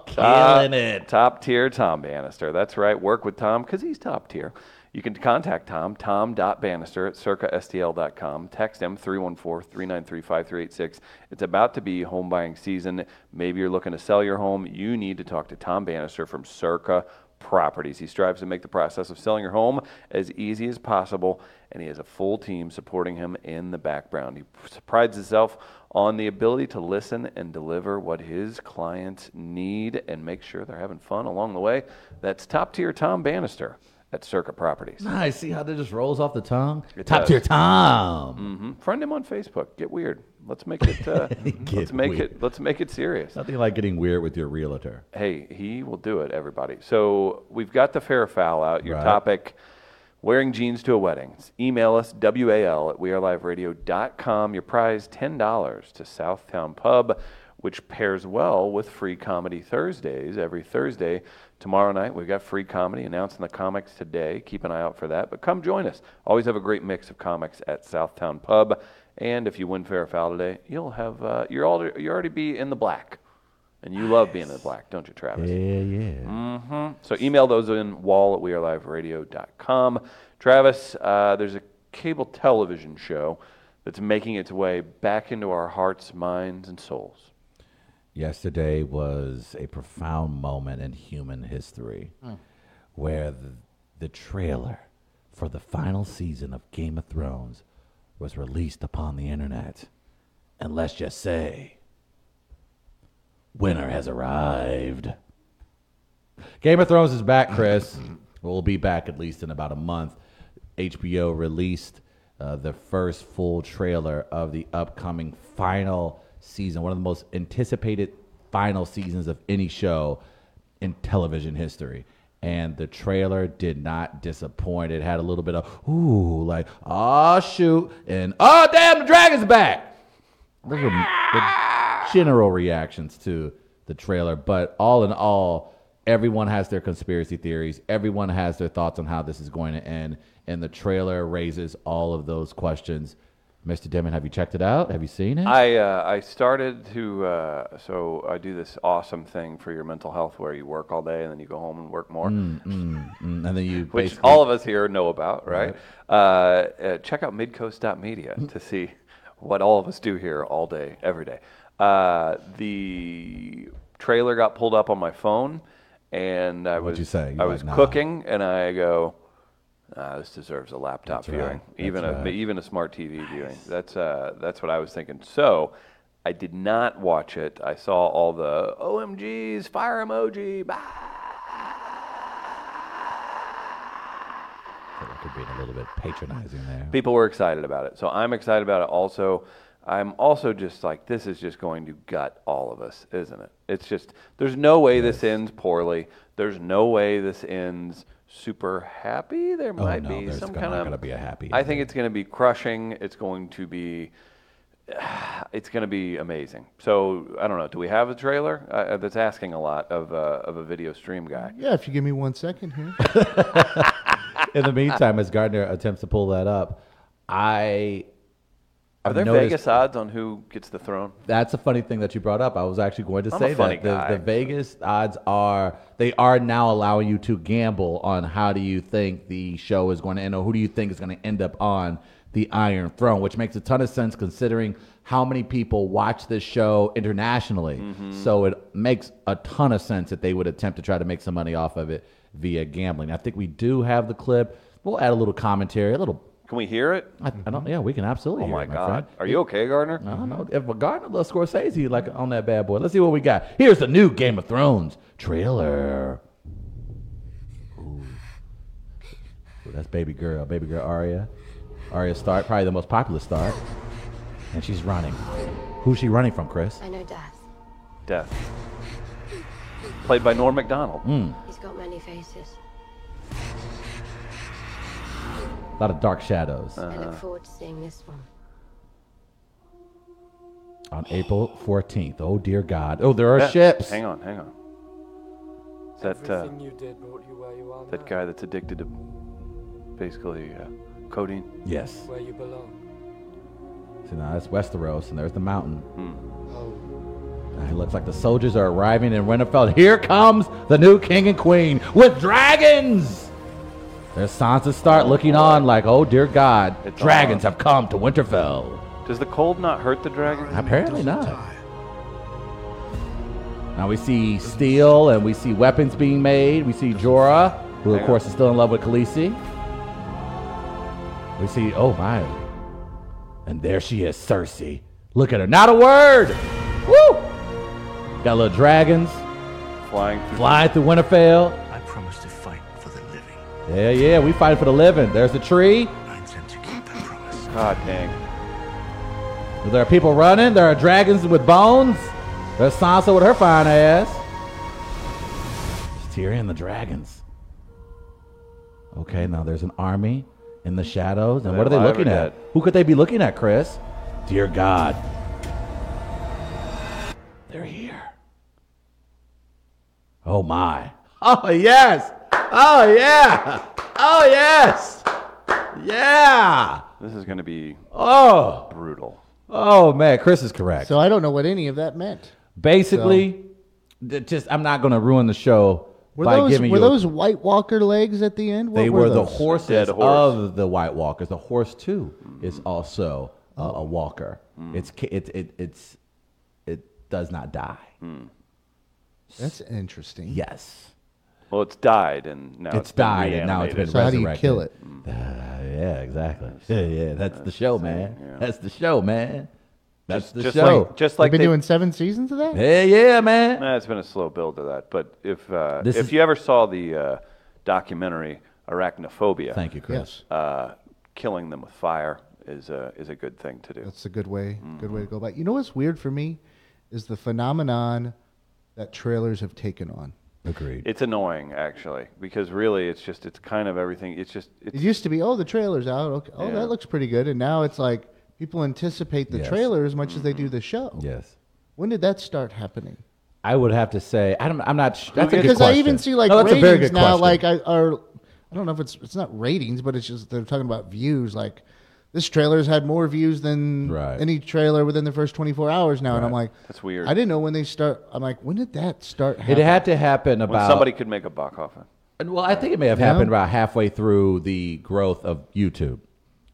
Speaker 1: Killing it.
Speaker 2: Top tier Tom Bannister. That's right. Work with Tom because he's top tier. You can contact Tom, tom.bannister at circastl.com. Text him 314 393 5386. It's about to be home buying season. Maybe you're looking to sell your home. You need to talk to Tom Bannister from Circa Properties. He strives to make the process of selling your home as easy as possible, and he has a full team supporting him in the background. He prides himself on the ability to listen and deliver what his clients need and make sure they're having fun along the way. That's top tier Tom Bannister at Circa Properties.
Speaker 1: Nice. See how that just rolls off the tongue?
Speaker 2: It
Speaker 1: top
Speaker 2: does.
Speaker 1: tier, Tom.
Speaker 2: hmm Friend him on Facebook. Get weird. Let's make
Speaker 1: [LAUGHS]
Speaker 2: it. Uh, let's
Speaker 1: Get
Speaker 2: make
Speaker 1: weird.
Speaker 2: it. Let's make it serious.
Speaker 1: Nothing like getting weird with your realtor.
Speaker 2: hey, he will do it, everybody. So we've got the fair foul out, your
Speaker 1: Right.
Speaker 2: topic, wearing jeans to a wedding. Email us, WAL at weareliveradio.com. Your prize, $10 to Southtown Pub, which pairs well with Free Comedy Thursdays every Thursday. Tomorrow night, we've got free comedy announcing the comics today. Keep an eye out for that. But come join us. Always have a great mix of comics at Southtown Pub. And if you win fair or foul today, you'll have uh, you're already you already be in the black, and you love being in the black, don't you, Travis?
Speaker 1: Yeah, yeah.
Speaker 2: So email those in wall at weareliveradio.com. Travis, uh, there's a cable television show that's making its way back into our hearts, minds, and souls.
Speaker 1: Yesterday was a profound moment in human history where the, The trailer for the final season of Game of Thrones was released upon the internet. And let's just say, winter has arrived. Game of Thrones is back, Chris. we'll be back at least in about a month. HBO released uh, the first full trailer of the upcoming final season, one of the most anticipated final seasons of any show in television history. And the trailer did not disappoint. It had a little bit of, ooh, like, oh, shoot, and oh, damn, the dragon's back. Those were the general reactions to the trailer. But all in all, everyone has their conspiracy theories. Everyone has their thoughts on how this is going to end. And the trailer raises all of those questions. Mr. Demon, have you checked it out? Have you seen it?
Speaker 2: I uh, I started to uh, so I do this awesome thing for your mental health where you work all day and then you go home and work more,
Speaker 1: Mm, and then you
Speaker 2: which
Speaker 1: basically-
Speaker 2: all of us here know about, right? Uh, uh, check out midcoast.media
Speaker 1: Mm.
Speaker 2: to see what all of us do here all day, every day. Uh, the trailer got pulled up on my phone, and I
Speaker 1: What'd
Speaker 2: was
Speaker 1: you say? You
Speaker 2: I
Speaker 1: like,
Speaker 2: was
Speaker 1: nah.
Speaker 2: cooking, and I go. Ah, this deserves a laptop
Speaker 1: That's right.
Speaker 2: viewing, even
Speaker 1: That's
Speaker 2: a
Speaker 1: right.
Speaker 2: even a smart TV viewing. That's uh, that's what I was thinking. So, I did not watch it. I saw all the OMGs, fire emoji, bah,
Speaker 1: I feel like you're being a little bit patronizing there.
Speaker 2: people were excited about it. So I'm excited about it also. I'm also just like, this is just going to gut all of us, isn't it? It's just, there's no way this ends poorly. There's no way this ends super happy. There
Speaker 1: Oh,
Speaker 2: might
Speaker 1: no,
Speaker 2: be
Speaker 1: there's
Speaker 2: some
Speaker 1: gonna-
Speaker 2: kind
Speaker 1: not
Speaker 2: of.
Speaker 1: gonna be a happy
Speaker 2: I think it's going to be crushing. It's going to be. [SIGHS] It's going to be amazing. So I don't know. Do we have a trailer? Uh, that's asking a lot of uh, of a video stream guy.
Speaker 3: Yeah, if you give me one second here.
Speaker 1: In
Speaker 2: [LAUGHS]
Speaker 1: the meantime, as Gardner attempts to pull that up, I
Speaker 2: Are
Speaker 1: I've
Speaker 2: there
Speaker 1: noticed-
Speaker 2: Vegas odds on who gets the throne?
Speaker 1: That's a funny thing that you brought up. I was actually going to
Speaker 2: I'm a
Speaker 1: say
Speaker 2: funny
Speaker 1: that the,
Speaker 2: guy.
Speaker 1: the Vegas odds are they are now allowing you to gamble on how do you think the show is going to end or who do you think is going to end up on the Iron Throne, which makes a ton of sense considering how many people watch this show internationally.
Speaker 2: Mm-hmm.
Speaker 1: So it makes a ton of sense that they would attempt to try to make some money off of it via gambling. I think we do have the clip. We'll add a little commentary, a little.
Speaker 2: Can we hear it?
Speaker 1: I, I don't. Yeah, we can absolutely.
Speaker 2: Oh
Speaker 1: hear
Speaker 2: my
Speaker 1: it, friend.
Speaker 2: God! Are you okay, Gardner?
Speaker 1: I don't know. Mm-hmm. If a Gardner loves Scorsese, like on that bad boy. Let's see what we got. Here's the new Game of Thrones trailer. Ooh. Ooh, that's baby girl, baby girl Arya. Arya Stark, probably the most popular Stark. And she's running. Who's she running from, Chris?
Speaker 4: I know death.
Speaker 2: Death. Played by Norm MacDonald.
Speaker 1: Mm.
Speaker 4: He's got many faces.
Speaker 1: A lot of dark shadows.
Speaker 2: Uh,
Speaker 4: I look forward to seeing this one.
Speaker 1: On April 14th. Oh, dear God. Oh, there are
Speaker 2: Yeah.
Speaker 1: ships.
Speaker 2: Hang on, hang on. It's that uh,
Speaker 5: Everything you did brought you where you are
Speaker 2: that
Speaker 5: now,
Speaker 2: guy that's addicted to basically uh, codeine.
Speaker 1: Yes.
Speaker 5: where you belong.
Speaker 1: See, now that's Westeros, and there's the mountain.
Speaker 5: Oh,
Speaker 1: Ah, It looks like the soldiers are arriving in Winterfell. Here comes the new king and queen with dragons. There's Sansa Stark looking on like, oh dear God,
Speaker 2: It's
Speaker 1: dragons
Speaker 2: on.
Speaker 1: have come to Winterfell.
Speaker 2: Does the cold not hurt the dragon?
Speaker 1: Apparently not. Now we see steel and we see weapons being made. We see Jorah, who of
Speaker 2: Hang
Speaker 1: course
Speaker 2: on.
Speaker 1: is still in love with Khaleesi. We see, oh my. And there she is, Cersei. Look at her. Not a word. Woo! Got little dragons
Speaker 2: Flying through.
Speaker 1: flying through Winterfell.
Speaker 6: I promise to fight for the living.
Speaker 1: Yeah, yeah, we fighting for the living. There's the tree.
Speaker 6: I intend to keep that promise.
Speaker 2: God dang.
Speaker 1: There are people running. There are dragons with bones. There's Sansa with her fine ass. It's Tyrion and the dragons. Okay, now there's an army in the shadows. And
Speaker 2: Are
Speaker 1: what are
Speaker 2: they
Speaker 1: they
Speaker 2: alive or
Speaker 1: looking at?
Speaker 2: dead?
Speaker 1: Who could they be looking at, Chris? Dear God. They're here. Oh, my. Oh, yes. Oh, yeah. Oh, yes. Yeah.
Speaker 2: This is going to be
Speaker 1: Oh.
Speaker 2: brutal.
Speaker 1: Oh man, Chris is correct.
Speaker 3: So I don't know what any of that meant.
Speaker 1: Basically, th- just I'm not going to ruin the show
Speaker 3: Were
Speaker 1: by
Speaker 3: those
Speaker 1: giving
Speaker 3: were
Speaker 1: you.
Speaker 3: those White Walker legs at the end? What
Speaker 1: they
Speaker 3: were,
Speaker 1: were, the
Speaker 3: those?
Speaker 1: horses
Speaker 2: Dead horse.
Speaker 1: of the White Walkers. The horse too is also a, a walker.
Speaker 2: Mm.
Speaker 1: It's ca- it, it it's it does not die.
Speaker 2: Mm.
Speaker 3: That's interesting.
Speaker 1: Yes.
Speaker 2: Well, it's died and now
Speaker 1: it's died and now it's been
Speaker 2: reanimated.
Speaker 3: So how do you
Speaker 1: resurrected.
Speaker 3: kill it?
Speaker 1: Uh, yeah, exactly. Yeah, yeah, that's the show, man. That's the show, man. That's the
Speaker 2: just
Speaker 1: show.
Speaker 2: like just like
Speaker 3: Oh, They've been
Speaker 2: they-
Speaker 3: doing seven seasons of that.
Speaker 1: yeah, yeah, man.
Speaker 2: Nah, Eh, it's been a slow build to that. But if uh, if
Speaker 1: This is-
Speaker 2: you ever saw the uh, documentary Arachnophobia,
Speaker 1: Thank you, Chris.
Speaker 3: Yes,
Speaker 2: Uh, killing them with fire is a is a good thing to do.
Speaker 3: that's a good way. Good way to go about. You know what's weird for me is the phenomenon that trailers have taken on.
Speaker 1: Agreed.
Speaker 2: It's annoying actually because really it's just it's kind of everything. It's just
Speaker 3: It
Speaker 2: it's
Speaker 3: used to be, oh, the trailer's out. Okay, oh,
Speaker 2: Yeah.
Speaker 3: that looks pretty good. And now it's like people anticipate the
Speaker 1: Yes. Mm-hmm.
Speaker 3: trailer as much as they do the show.
Speaker 1: yes.
Speaker 3: When did that start happening?
Speaker 1: I would have to say I don't. I'm not. Sh- that's a good
Speaker 3: Because
Speaker 1: question.
Speaker 3: I even see like
Speaker 1: No, that's a
Speaker 3: ratings
Speaker 1: very good
Speaker 3: now,
Speaker 1: question.
Speaker 3: like I are. I don't know if it's it's not ratings, but it's just they're talking about views. Like this trailer's had more views than
Speaker 1: Right.
Speaker 3: any trailer within the first 24 hours now, and I'm like,
Speaker 2: That's weird.
Speaker 3: I didn't know when they start. I'm like, when did that start?
Speaker 1: it
Speaker 3: Happening?
Speaker 1: had to happen
Speaker 2: when
Speaker 1: about
Speaker 2: somebody could make a buck off it.
Speaker 1: And, Well, I think it may have happened about halfway through the growth of YouTube.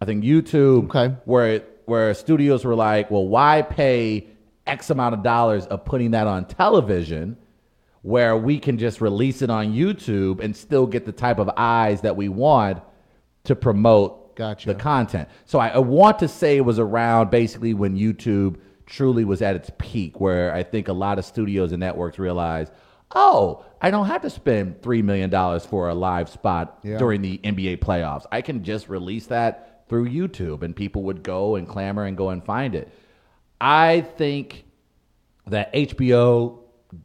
Speaker 1: I think YouTube,
Speaker 3: Okay.
Speaker 1: where it, where studios were like, well, why pay X amount of dollars of putting that on television, where we can just release it on YouTube and still get the type of eyes that we want to promote
Speaker 3: Gotcha.
Speaker 1: the content. So I, I want to say it was around basically when YouTube truly was at its peak, where I think a lot of studios and networks realized, oh, I don't have to spend three million dollars for a live spot
Speaker 3: Yeah.
Speaker 1: during the NBA playoffs. I can just release that through YouTube, and people would go and clamor and go and find it. I think that HBO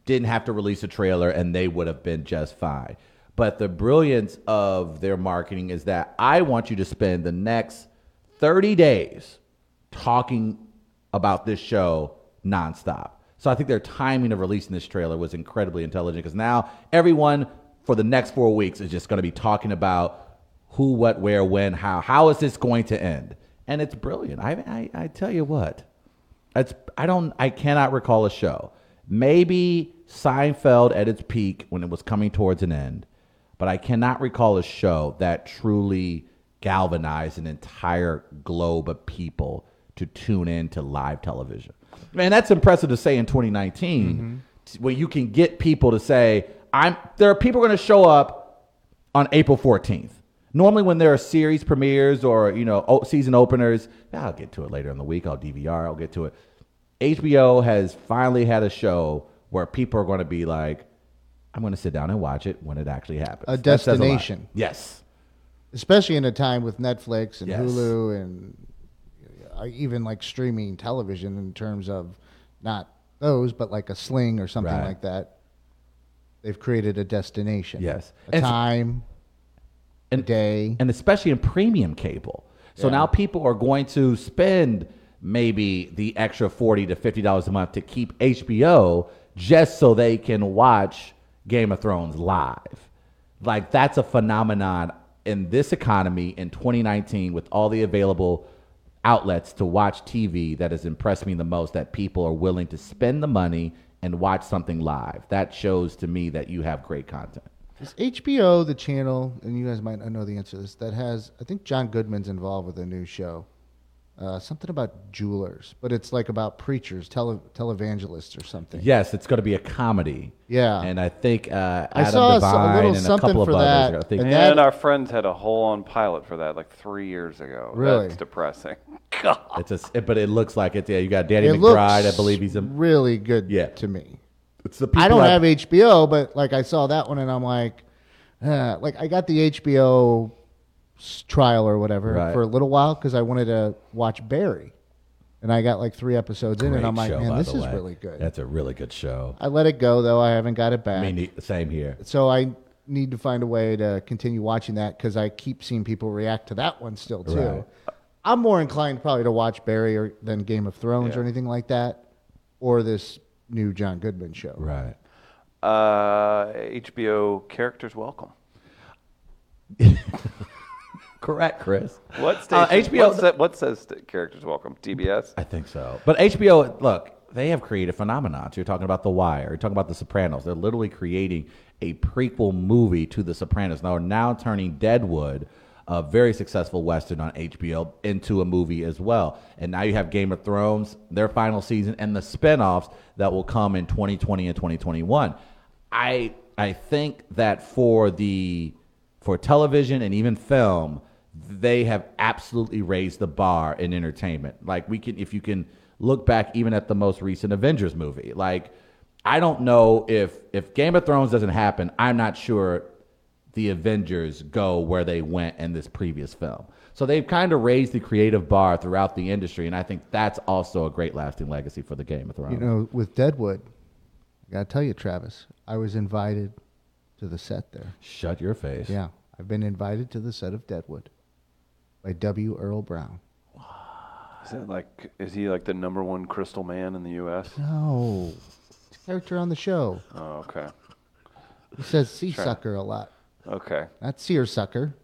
Speaker 1: didn't have to release a trailer and they would have been just fine. But the brilliance of their marketing is that I want you to spend the next 30 days talking about this show nonstop. So I think their timing of releasing this trailer was incredibly intelligent because now everyone for the next four weeks is just going to be talking about who, what, where, when, how. How is this going to end? And it's brilliant. I, I, I tell you what, it's I don't I cannot recall a show. Maybe Seinfeld at its peak when it was coming towards an end, but I cannot recall a show that truly galvanized an entire globe of people to tune in to live television. Man, that's impressive to say in 2019 when you can get people to say, "I'm." There are people going to show up on April 14th. Normally, when there are series premieres or you know o- season openers, I'll get to it later in the week. I'll DVR. I'll get to it. HBO has finally had a show where people are going to be like, "I'm going to sit down and watch it when it actually happens."
Speaker 3: A
Speaker 1: That says lot.
Speaker 3: destination.
Speaker 1: yes.
Speaker 3: especially in a time with Netflix and
Speaker 1: Yes.
Speaker 3: Hulu and uh, even like streaming television in terms of not those, but like a sling or something
Speaker 1: Right.
Speaker 3: like that. They've created a destination.
Speaker 1: Yes.
Speaker 3: A
Speaker 1: And s-
Speaker 3: time,
Speaker 1: and-
Speaker 3: a day.
Speaker 1: and especially in premium cable. So
Speaker 3: Yeah.
Speaker 1: now people are going to spend maybe the extra forty to fifty dollars a month to keep HBO just so they can watch Game of Thrones live. Like that's a phenomenon in this economy in 2019 with all the available outlets to watch TV that has impressed me the most that people are willing to spend the money and watch something live. That shows to me that you have great content.
Speaker 3: Is HBO the channel, and you guys might not know the answer to this, that has, I think John Goodman's involved with a new show. Uh, something about jewelers, but it's like about preachers, tele, televangelists or something.
Speaker 1: Yes, it's going to be a comedy.
Speaker 3: Yeah.
Speaker 1: and I think uh,
Speaker 3: I
Speaker 1: Adam
Speaker 3: saw s- a
Speaker 1: Devine
Speaker 3: little
Speaker 1: and a
Speaker 3: something
Speaker 1: couple of
Speaker 3: for
Speaker 1: others.
Speaker 3: that.
Speaker 1: I think
Speaker 3: And
Speaker 2: And,
Speaker 3: that-
Speaker 2: our friends had a whole-on pilot for that like three years ago.
Speaker 3: Really?
Speaker 2: That's depressing. God.
Speaker 1: it's a, s- it- but it looks like it's yeah. You got Danny
Speaker 3: It
Speaker 1: McBride, I
Speaker 3: looks
Speaker 1: believe he's in.
Speaker 3: really good
Speaker 1: Yeah.
Speaker 3: to me.
Speaker 1: It's the
Speaker 3: I don't
Speaker 1: people
Speaker 3: have HBO, but like I saw that one and I'm like, uh, like I got the HBO s- trial or whatever
Speaker 1: Right.
Speaker 3: for a little while because I wanted to watch Barry, and I got like three episodes in,
Speaker 1: Great
Speaker 3: and I'm like,
Speaker 1: show,
Speaker 3: man,
Speaker 1: by
Speaker 3: this
Speaker 1: the
Speaker 3: is
Speaker 1: way.
Speaker 3: really good.
Speaker 1: That's a really good show.
Speaker 3: I let it go though; I haven't got it back,
Speaker 1: I mean, the- same here.
Speaker 3: so I need to find a way to continue watching that because I keep seeing people react to that one still too.
Speaker 1: Right.
Speaker 3: I'm more inclined probably to watch Barry or, than Game of Thrones or
Speaker 2: Yeah.
Speaker 3: anything like that, or this new John Goodman show.
Speaker 1: Right.
Speaker 2: Uh, HBO characters welcome.
Speaker 1: Correct, Chris.
Speaker 2: What
Speaker 1: Uh,
Speaker 2: station?
Speaker 1: HBO
Speaker 2: What, sa- what says st- characters welcome? TBS.
Speaker 1: I think so. But HBO, look, they have created phenomenons. You're talking about The Wire. You're talking about The Sopranos. They're literally creating a prequel movie to The Sopranos. Now, now turning Deadwood, a very successful western on HBO, into a movie as well. And now you have Game of Thrones, their final season, and the spinoffs that will come in 2020 and 2021. I I think that for the for television and even film, they have absolutely raised the bar in entertainment. Like we can if you can look back even at the most recent Avengers movie. Like I don't know if if Game of Thrones doesn't happen, I'm not sure the Avengers go where they went in this previous film. So they've kind of raised the creative bar throughout the industry, and I think that's also a great lasting legacy for the Game of Thrones.
Speaker 3: You know, with Deadwood, I gotta tell you, Travis, I was invited to the set there.
Speaker 1: Shut your face.
Speaker 3: Yeah, I've been invited to the set of Deadwood by W. Earl Brown.
Speaker 2: Is that like? Is he like the number one crystal man in the U.S.?
Speaker 3: No, it's a character on the show.
Speaker 2: Oh, okay.
Speaker 3: He says seasucker a lot,
Speaker 2: Okay.
Speaker 3: not seersucker.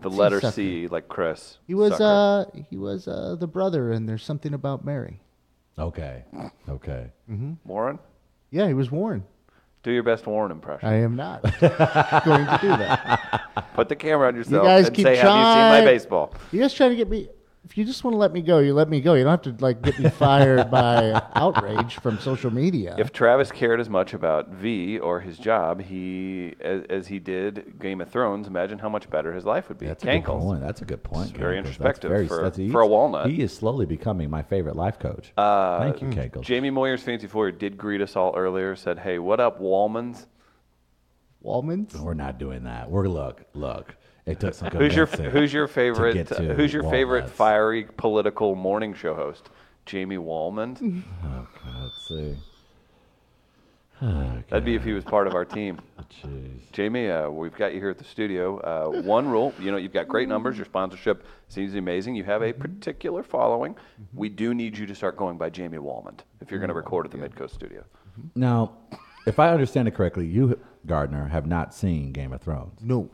Speaker 2: The
Speaker 3: Sea
Speaker 2: letter
Speaker 3: sucker.
Speaker 2: C, like Chris.
Speaker 3: He was
Speaker 2: Sucker.
Speaker 3: uh he was uh the brother, and there's something about Mary.
Speaker 1: Okay. Okay.
Speaker 2: Warren,
Speaker 3: Yeah, he was Warren.
Speaker 2: do your best Warren impression.
Speaker 3: I am not going to do that.
Speaker 2: Put the camera on yourself
Speaker 3: guys
Speaker 2: and
Speaker 3: keep
Speaker 2: say, "Have you seen my
Speaker 3: trying-
Speaker 2: baseball?"
Speaker 3: You guys trying to get me? If you just want to let me go, you let me go. You don't have to like get me fired by outrage from social media.
Speaker 2: If Travis cared as much about V or his job, he as, as he did Game of Thrones, imagine how much better his life would be.
Speaker 1: That's a good
Speaker 2: Cankles.
Speaker 1: point. That's a good point.
Speaker 2: It's very
Speaker 1: Cankles. That's
Speaker 2: introspective for-
Speaker 1: he's-
Speaker 2: for a walnut.
Speaker 1: He is slowly becoming my favorite life coach. Uh, Thank you, Cankles.
Speaker 2: Jamie Moyer's Fancy Foyer did greet us all earlier. Said, "Hey, what up, Wallmans?
Speaker 3: Wallman's
Speaker 1: We're not doing that. We're look, look. It took some.
Speaker 2: [LAUGHS] Who's your
Speaker 1: convincing
Speaker 2: Who's your
Speaker 1: to
Speaker 2: favorite
Speaker 1: get to
Speaker 2: Who's your favorite
Speaker 1: walnuts.
Speaker 2: fiery political morning show host? Jamie Wallman.
Speaker 1: Let's see.
Speaker 2: [SIGHS]
Speaker 1: Ah,
Speaker 2: That'd be if he was part of our team.
Speaker 1: Jeez.
Speaker 2: Jamie, uh, we've got you here at the studio. Uh, one rule, you know, you've got great numbers. Your sponsorship seems amazing. You have a
Speaker 1: Mm-hmm.
Speaker 2: particular following. We do need you to start going by Jamie Walmond if you're going to
Speaker 1: Mm-hmm.
Speaker 2: record at the Midcoast studio.
Speaker 1: Now, if I understand it correctly, you Gardner have not seen Game of Thrones.
Speaker 3: no.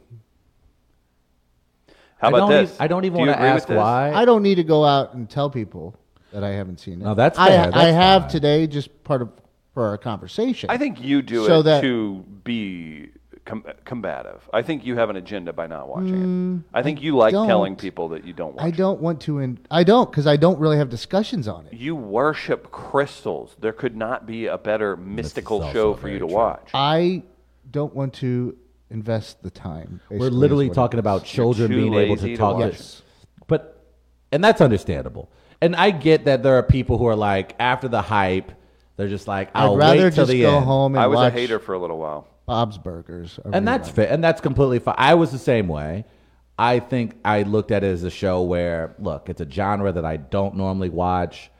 Speaker 2: How
Speaker 1: I
Speaker 2: about
Speaker 1: don't
Speaker 2: this?
Speaker 1: ev- I don't even
Speaker 2: Do you
Speaker 1: want to
Speaker 2: agree with
Speaker 1: ask
Speaker 2: this?
Speaker 1: why.
Speaker 3: I don't need to go out and tell people that I haven't seen it.
Speaker 1: No, that's
Speaker 3: I,
Speaker 1: fair. That's
Speaker 3: I have
Speaker 1: fine.
Speaker 3: today just part of for our conversation.
Speaker 2: I think you do
Speaker 3: So
Speaker 2: it
Speaker 3: that-
Speaker 2: to be com- combative. I think you have an agenda by not
Speaker 1: Mm,
Speaker 2: watching it. I think you like
Speaker 3: don't.
Speaker 2: telling people that you don't watch
Speaker 3: I don't want to, and I don't because I don't really have discussions on it.
Speaker 2: You worship crystals. There could not be a better mystical
Speaker 1: also
Speaker 2: show for you
Speaker 1: very
Speaker 2: to
Speaker 1: true.
Speaker 2: watch.
Speaker 3: I don't want to invest the time.
Speaker 1: We're
Speaker 3: basically,
Speaker 1: literally
Speaker 3: is what it
Speaker 1: talking
Speaker 3: is.
Speaker 1: about children
Speaker 2: too
Speaker 1: being able
Speaker 2: lazy
Speaker 1: to
Speaker 2: to
Speaker 1: talk.
Speaker 2: watch
Speaker 1: to- But, and that's understandable. And I get that there are people who are like, after the hype, they're just like,
Speaker 3: I'd
Speaker 1: I'll
Speaker 3: rather
Speaker 1: wait till
Speaker 3: just
Speaker 1: the
Speaker 3: go
Speaker 1: end.
Speaker 3: home and
Speaker 2: I was
Speaker 3: watch
Speaker 2: a hater for a little while.
Speaker 3: Bob's Burgers. or
Speaker 1: and
Speaker 3: whatever.
Speaker 1: that's fair, and that's completely fine. I was the same way. I think I looked at it as a show where, look, it's a genre that I don't normally watch,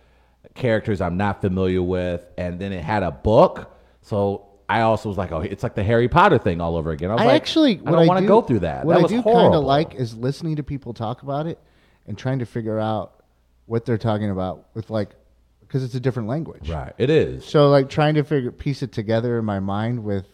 Speaker 1: characters I'm not familiar with, and then it had a book, so I also was like, oh, it's like the Harry Potter thing all over again. I was
Speaker 3: I
Speaker 1: like,
Speaker 3: actually
Speaker 1: I
Speaker 3: what
Speaker 1: don't want to
Speaker 3: do-
Speaker 1: go through that.
Speaker 3: What
Speaker 1: that
Speaker 3: I
Speaker 1: was
Speaker 3: do
Speaker 1: horrible.
Speaker 3: kind of like is listening to people talk about it and trying to figure out what they're talking about with like because it's a different language.
Speaker 1: right? It is.
Speaker 3: So like trying to figure piece it together in my mind with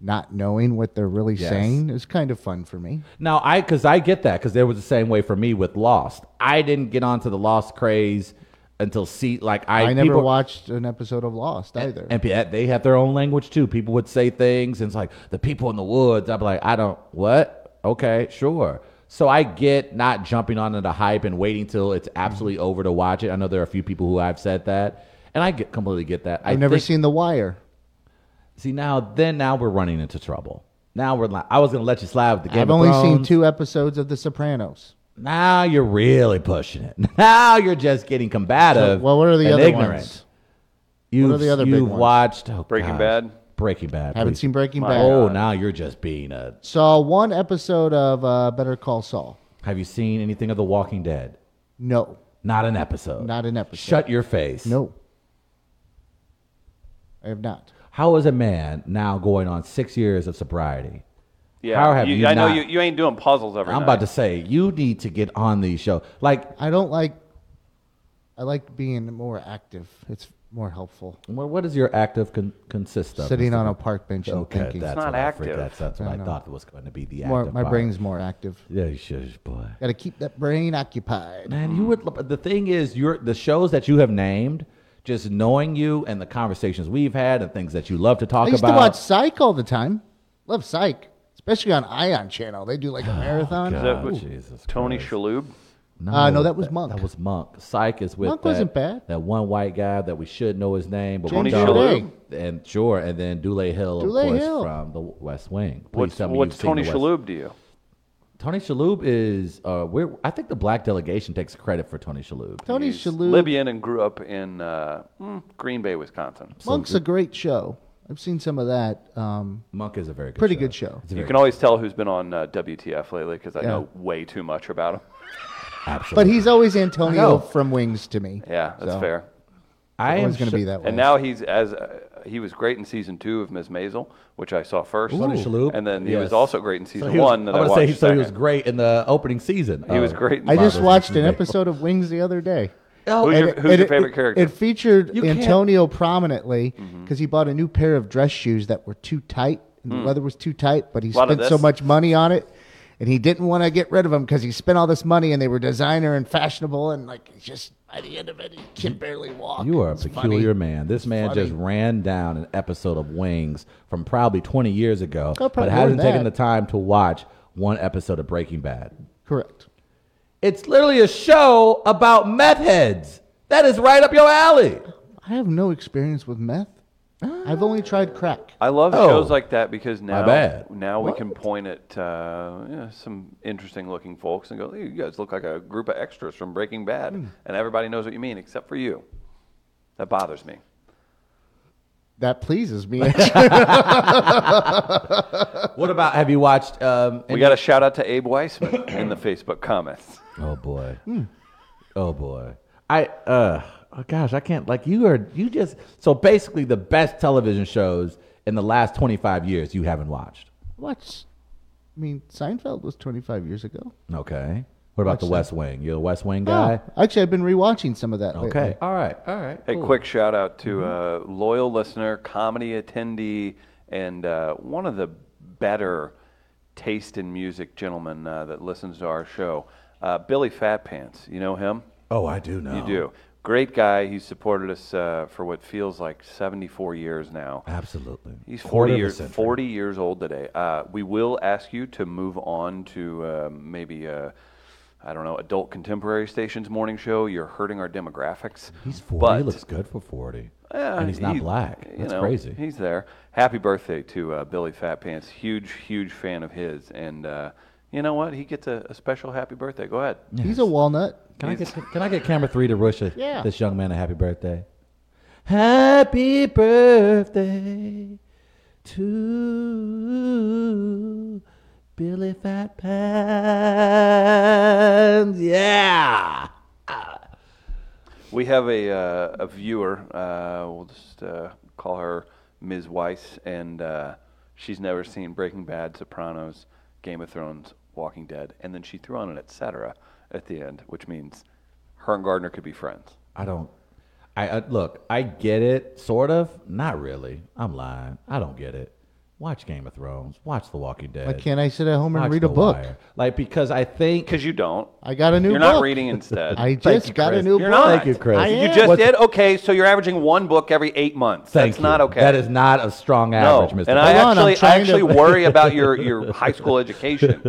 Speaker 3: not knowing what they're really
Speaker 1: Yes.
Speaker 3: saying is kind of fun for me.
Speaker 1: Now I because I get that because there was the same way for me with Lost. I didn't get onto the Lost craze until see like I,
Speaker 3: I, never
Speaker 1: people-
Speaker 3: watched an episode of Lost either.
Speaker 1: And pe- they have their own language too. People would say things, and it's like the people in the woods. I'd be like, I don't what? Okay, sure. So I get not jumping onto the hype and waiting till it's
Speaker 3: Mm-hmm.
Speaker 1: absolutely over to watch it. I know there are a few people who I've said that, and I get completely get that.
Speaker 3: I've
Speaker 1: I
Speaker 3: never
Speaker 1: think-
Speaker 3: seen The Wire.
Speaker 1: See now, then now we're running into trouble. Now we're like, I was gonna let you slide with the game. of
Speaker 3: I've only seen
Speaker 1: Thrones.
Speaker 3: two episodes of The Sopranos.
Speaker 1: Now you're really pushing it. [LAUGHS] Now you're just getting combative.
Speaker 3: well, what are the
Speaker 1: and
Speaker 3: other
Speaker 1: ignorant.
Speaker 3: ones?
Speaker 1: You've,
Speaker 3: What are the other big
Speaker 1: you've
Speaker 3: ones?
Speaker 1: watched oh,
Speaker 2: Breaking
Speaker 1: gosh.
Speaker 2: Bad?
Speaker 1: Breaking Bad.
Speaker 3: Haven't
Speaker 1: please.
Speaker 3: seen Breaking Bad.
Speaker 1: Oh, now you're just being a.
Speaker 3: Saw one episode of uh, Better Call Saul.
Speaker 1: Have you seen anything of The Walking Dead?
Speaker 3: No,
Speaker 1: Not an episode.
Speaker 3: not an episode.
Speaker 1: Shut your face.
Speaker 3: No, I have not.
Speaker 1: How is a man now going on six years of sobriety?
Speaker 2: Yeah,
Speaker 1: How have you
Speaker 2: I know
Speaker 1: not-
Speaker 2: you, you ain't doing puzzles every
Speaker 1: I'm
Speaker 2: night.
Speaker 1: about to say you need to get on these shows. Like,
Speaker 3: I don't like. I like being more active. It's more helpful.
Speaker 1: wh- what does your active con- consist of?
Speaker 3: Sitting
Speaker 1: Mr.
Speaker 3: on a park bench and
Speaker 1: Okay,
Speaker 3: thinking.
Speaker 1: that's
Speaker 2: not
Speaker 1: what I figured-
Speaker 2: active.
Speaker 1: That's, that's what
Speaker 3: I
Speaker 1: I,
Speaker 3: know.
Speaker 1: thought was going to be the active.
Speaker 3: More, my
Speaker 1: part.
Speaker 3: brain's more active.
Speaker 1: Yeah, you should, boy.
Speaker 3: Got to keep that brain occupied.
Speaker 1: Man, you would. lo- The thing is, you're the shows that you have named. Just knowing you and the conversations we've had and things that you love to talk
Speaker 3: I used
Speaker 1: about.
Speaker 3: to watch Psych all the time. Love
Speaker 1: Oh,
Speaker 3: Psych, especially on Ion Channel. They do like a marathon.
Speaker 2: Is that what-
Speaker 1: Jesus
Speaker 2: Tony
Speaker 1: Christ.
Speaker 2: Shalhoub.
Speaker 1: No,
Speaker 3: Uh, no, that was Monk.
Speaker 1: That was Monk. Psych is with
Speaker 3: Monk
Speaker 1: that,
Speaker 3: wasn't bad.
Speaker 1: that one white guy that we should know his name, but
Speaker 3: James
Speaker 1: we don't.
Speaker 3: Shalhoub.
Speaker 1: And sure, and then Dule Hill,
Speaker 3: Dule
Speaker 1: of course,
Speaker 3: Hill.
Speaker 1: from the West Wing. Please
Speaker 2: What's,
Speaker 1: tell me
Speaker 2: what's
Speaker 1: you've seen
Speaker 2: Tony
Speaker 1: the West-
Speaker 2: Shalhoub to you?
Speaker 1: Tony Shalhoub is. Uh, we're, I think the black delegation takes credit for Tony Shalhoub.
Speaker 3: Tony
Speaker 2: He's
Speaker 3: Shalhoub.
Speaker 2: Libyan and grew up in uh, mm, Green Bay, Wisconsin.
Speaker 3: Monk's a great show. I've seen some of that. Um,
Speaker 1: Monk is a very good
Speaker 3: pretty
Speaker 1: show.
Speaker 3: good show.
Speaker 1: It's a
Speaker 2: You
Speaker 1: very-
Speaker 2: can always tell who's been on uh, WTF lately because I
Speaker 3: Yeah.
Speaker 2: know way too much
Speaker 1: [LAUGHS]
Speaker 2: about him.
Speaker 3: But
Speaker 1: absolutely.
Speaker 3: he's always Antonio
Speaker 1: know.
Speaker 3: from Wings to me.
Speaker 2: Yeah, that's
Speaker 3: So,
Speaker 2: fair.
Speaker 1: I am
Speaker 3: Always going to
Speaker 1: sure-
Speaker 3: be that way.
Speaker 2: And now he's as uh, he was great in season two of Ms. Maisel, which I saw first.
Speaker 1: Tony Shalhoub.
Speaker 2: and then he was
Speaker 1: Yes.
Speaker 2: also great in season
Speaker 1: So he was-
Speaker 2: one. that
Speaker 1: I
Speaker 2: I
Speaker 1: would
Speaker 2: watched
Speaker 1: say he, so he was
Speaker 2: second.
Speaker 1: great in the opening season.
Speaker 2: He was
Speaker 1: of-
Speaker 2: great. In
Speaker 3: I just
Speaker 2: Marvel's
Speaker 3: watched
Speaker 1: Mrs.
Speaker 3: an
Speaker 1: Maisel.
Speaker 3: episode of Wings the other day.
Speaker 2: Who's
Speaker 3: And
Speaker 2: your,
Speaker 3: it-
Speaker 2: who's
Speaker 3: and
Speaker 2: your
Speaker 3: it-
Speaker 2: favorite
Speaker 3: it-
Speaker 2: character? Mm-hmm.
Speaker 3: It featured
Speaker 1: Oh. You can't-
Speaker 3: Antonio prominently because he bought a new pair of dress shoes that were too tight. And The leather was too tight, but he
Speaker 2: Hmm. Lot of
Speaker 3: spent so
Speaker 2: this.
Speaker 3: much money on it, and he didn't want to get rid of them because he spent all this money, and they were designer and fashionable, and like it's just by the end of it, he can barely walk.
Speaker 1: You are a
Speaker 3: It's
Speaker 1: peculiar
Speaker 3: funny.
Speaker 1: man. This man
Speaker 3: funny.
Speaker 1: just ran down an episode of Wings from probably 20 years ago,
Speaker 3: probably
Speaker 1: but
Speaker 3: more
Speaker 1: hasn't
Speaker 3: than
Speaker 1: taken the
Speaker 3: that.
Speaker 1: time to watch one episode of Breaking Bad.
Speaker 3: Correct.
Speaker 1: It's literally a show about meth heads. That is right up your alley.
Speaker 3: I have no experience with meth.
Speaker 2: Ah.
Speaker 3: I've only tried crack.
Speaker 2: I love
Speaker 1: Oh.
Speaker 2: shows like that because now
Speaker 1: bad.
Speaker 2: now we can point at uh, you know, some interesting looking folks and go, "Hey, you guys look like a group of extras from Breaking Bad,
Speaker 1: Hmm.
Speaker 2: and everybody knows what you mean except for you. That bothers me.
Speaker 3: That pleases
Speaker 2: [LAUGHS]
Speaker 3: me.
Speaker 1: What about have you watched? Um,
Speaker 2: We
Speaker 1: any-
Speaker 2: got a shout out to Abe Weissman
Speaker 1: [COUGHS]
Speaker 2: in the Facebook comments.
Speaker 1: oh boy, oh boy. I uh, oh gosh, I can't. Like you are, you just so basically the best television shows in the last 25 years you haven't watched.
Speaker 3: What's? I mean, Seinfeld was 25 years ago.
Speaker 1: Okay. What about the West Wing? You're a West Wing guy.
Speaker 3: Yeah. Oh. Actually, I've been rewatching some of that. lately.
Speaker 1: Okay. All right. All right. cool.
Speaker 2: Hey,
Speaker 1: Mm-hmm.
Speaker 2: quick shout out to uh, loyal listener, comedy attendee, and uh, one of the better taste in music gentlemen uh, that listens to our show, uh, Billy Fat Pants. You know him?
Speaker 1: Oh, I do know.
Speaker 2: You do. Great guy. He's supported us uh, for what feels like 74 years now.
Speaker 1: Absolutely.
Speaker 2: He's
Speaker 1: Quarter
Speaker 2: 40
Speaker 1: of a
Speaker 2: years,
Speaker 1: century.
Speaker 2: 40 years old today. Uh, we will ask you to move on to uh, maybe, uh, I don't know, adult contemporary stations morning show. You're hurting our demographics.
Speaker 1: He's 40.
Speaker 2: But,
Speaker 1: he looks good for 40.
Speaker 2: uh,
Speaker 1: and he's not
Speaker 2: he-
Speaker 1: black.
Speaker 2: you
Speaker 1: That's
Speaker 2: know,
Speaker 1: crazy.
Speaker 2: He's there. Happy birthday to uh, Billy Fat Pants. Huge, huge fan of his. And uh, you know what? He gets a, a special happy birthday. Go ahead.
Speaker 3: He's a walnut.
Speaker 1: Can I get can I get camera three to wish a-
Speaker 3: Yeah.
Speaker 1: this young man a happy birthday? Happy birthday to Billy Fat Pants. Yeah.
Speaker 2: We have a, uh, a viewer. Uh, we'll just uh, call her Ms. Weiss, and uh, she's never seen Breaking Bad, Sopranos, Game of Thrones, Walking Dead, and then she threw on an etc. at the end, which means her and Gardner could be friends.
Speaker 1: I don't. I uh, look. I get it, sort of. Not really. I'm lying. I don't get it. Watch Game of Thrones. Watch The Walking Dead.
Speaker 3: Why can't I sit at home and
Speaker 1: watch
Speaker 3: read a
Speaker 1: The
Speaker 3: book?
Speaker 1: Wire. Like because I think
Speaker 2: Because you don't.
Speaker 3: I got a new
Speaker 2: You're
Speaker 3: book.
Speaker 2: not reading instead.
Speaker 3: [LAUGHS] I
Speaker 1: Thank
Speaker 3: just
Speaker 1: you,
Speaker 3: got a
Speaker 1: Chris.
Speaker 3: new
Speaker 2: You're
Speaker 3: book.
Speaker 2: not.
Speaker 1: Thank you, Chris.
Speaker 3: I
Speaker 1: You
Speaker 2: you
Speaker 3: am.
Speaker 2: just
Speaker 1: What's-
Speaker 2: did okay. So you're averaging one book every eight months.
Speaker 1: Thank
Speaker 2: That's
Speaker 1: you.
Speaker 2: not okay.
Speaker 1: That is not a strong average, Mr.
Speaker 2: and I
Speaker 3: Hold on, I'm
Speaker 2: actually, I
Speaker 3: trying to-
Speaker 2: actually
Speaker 3: [LAUGHS]
Speaker 2: worry about your, your high school education.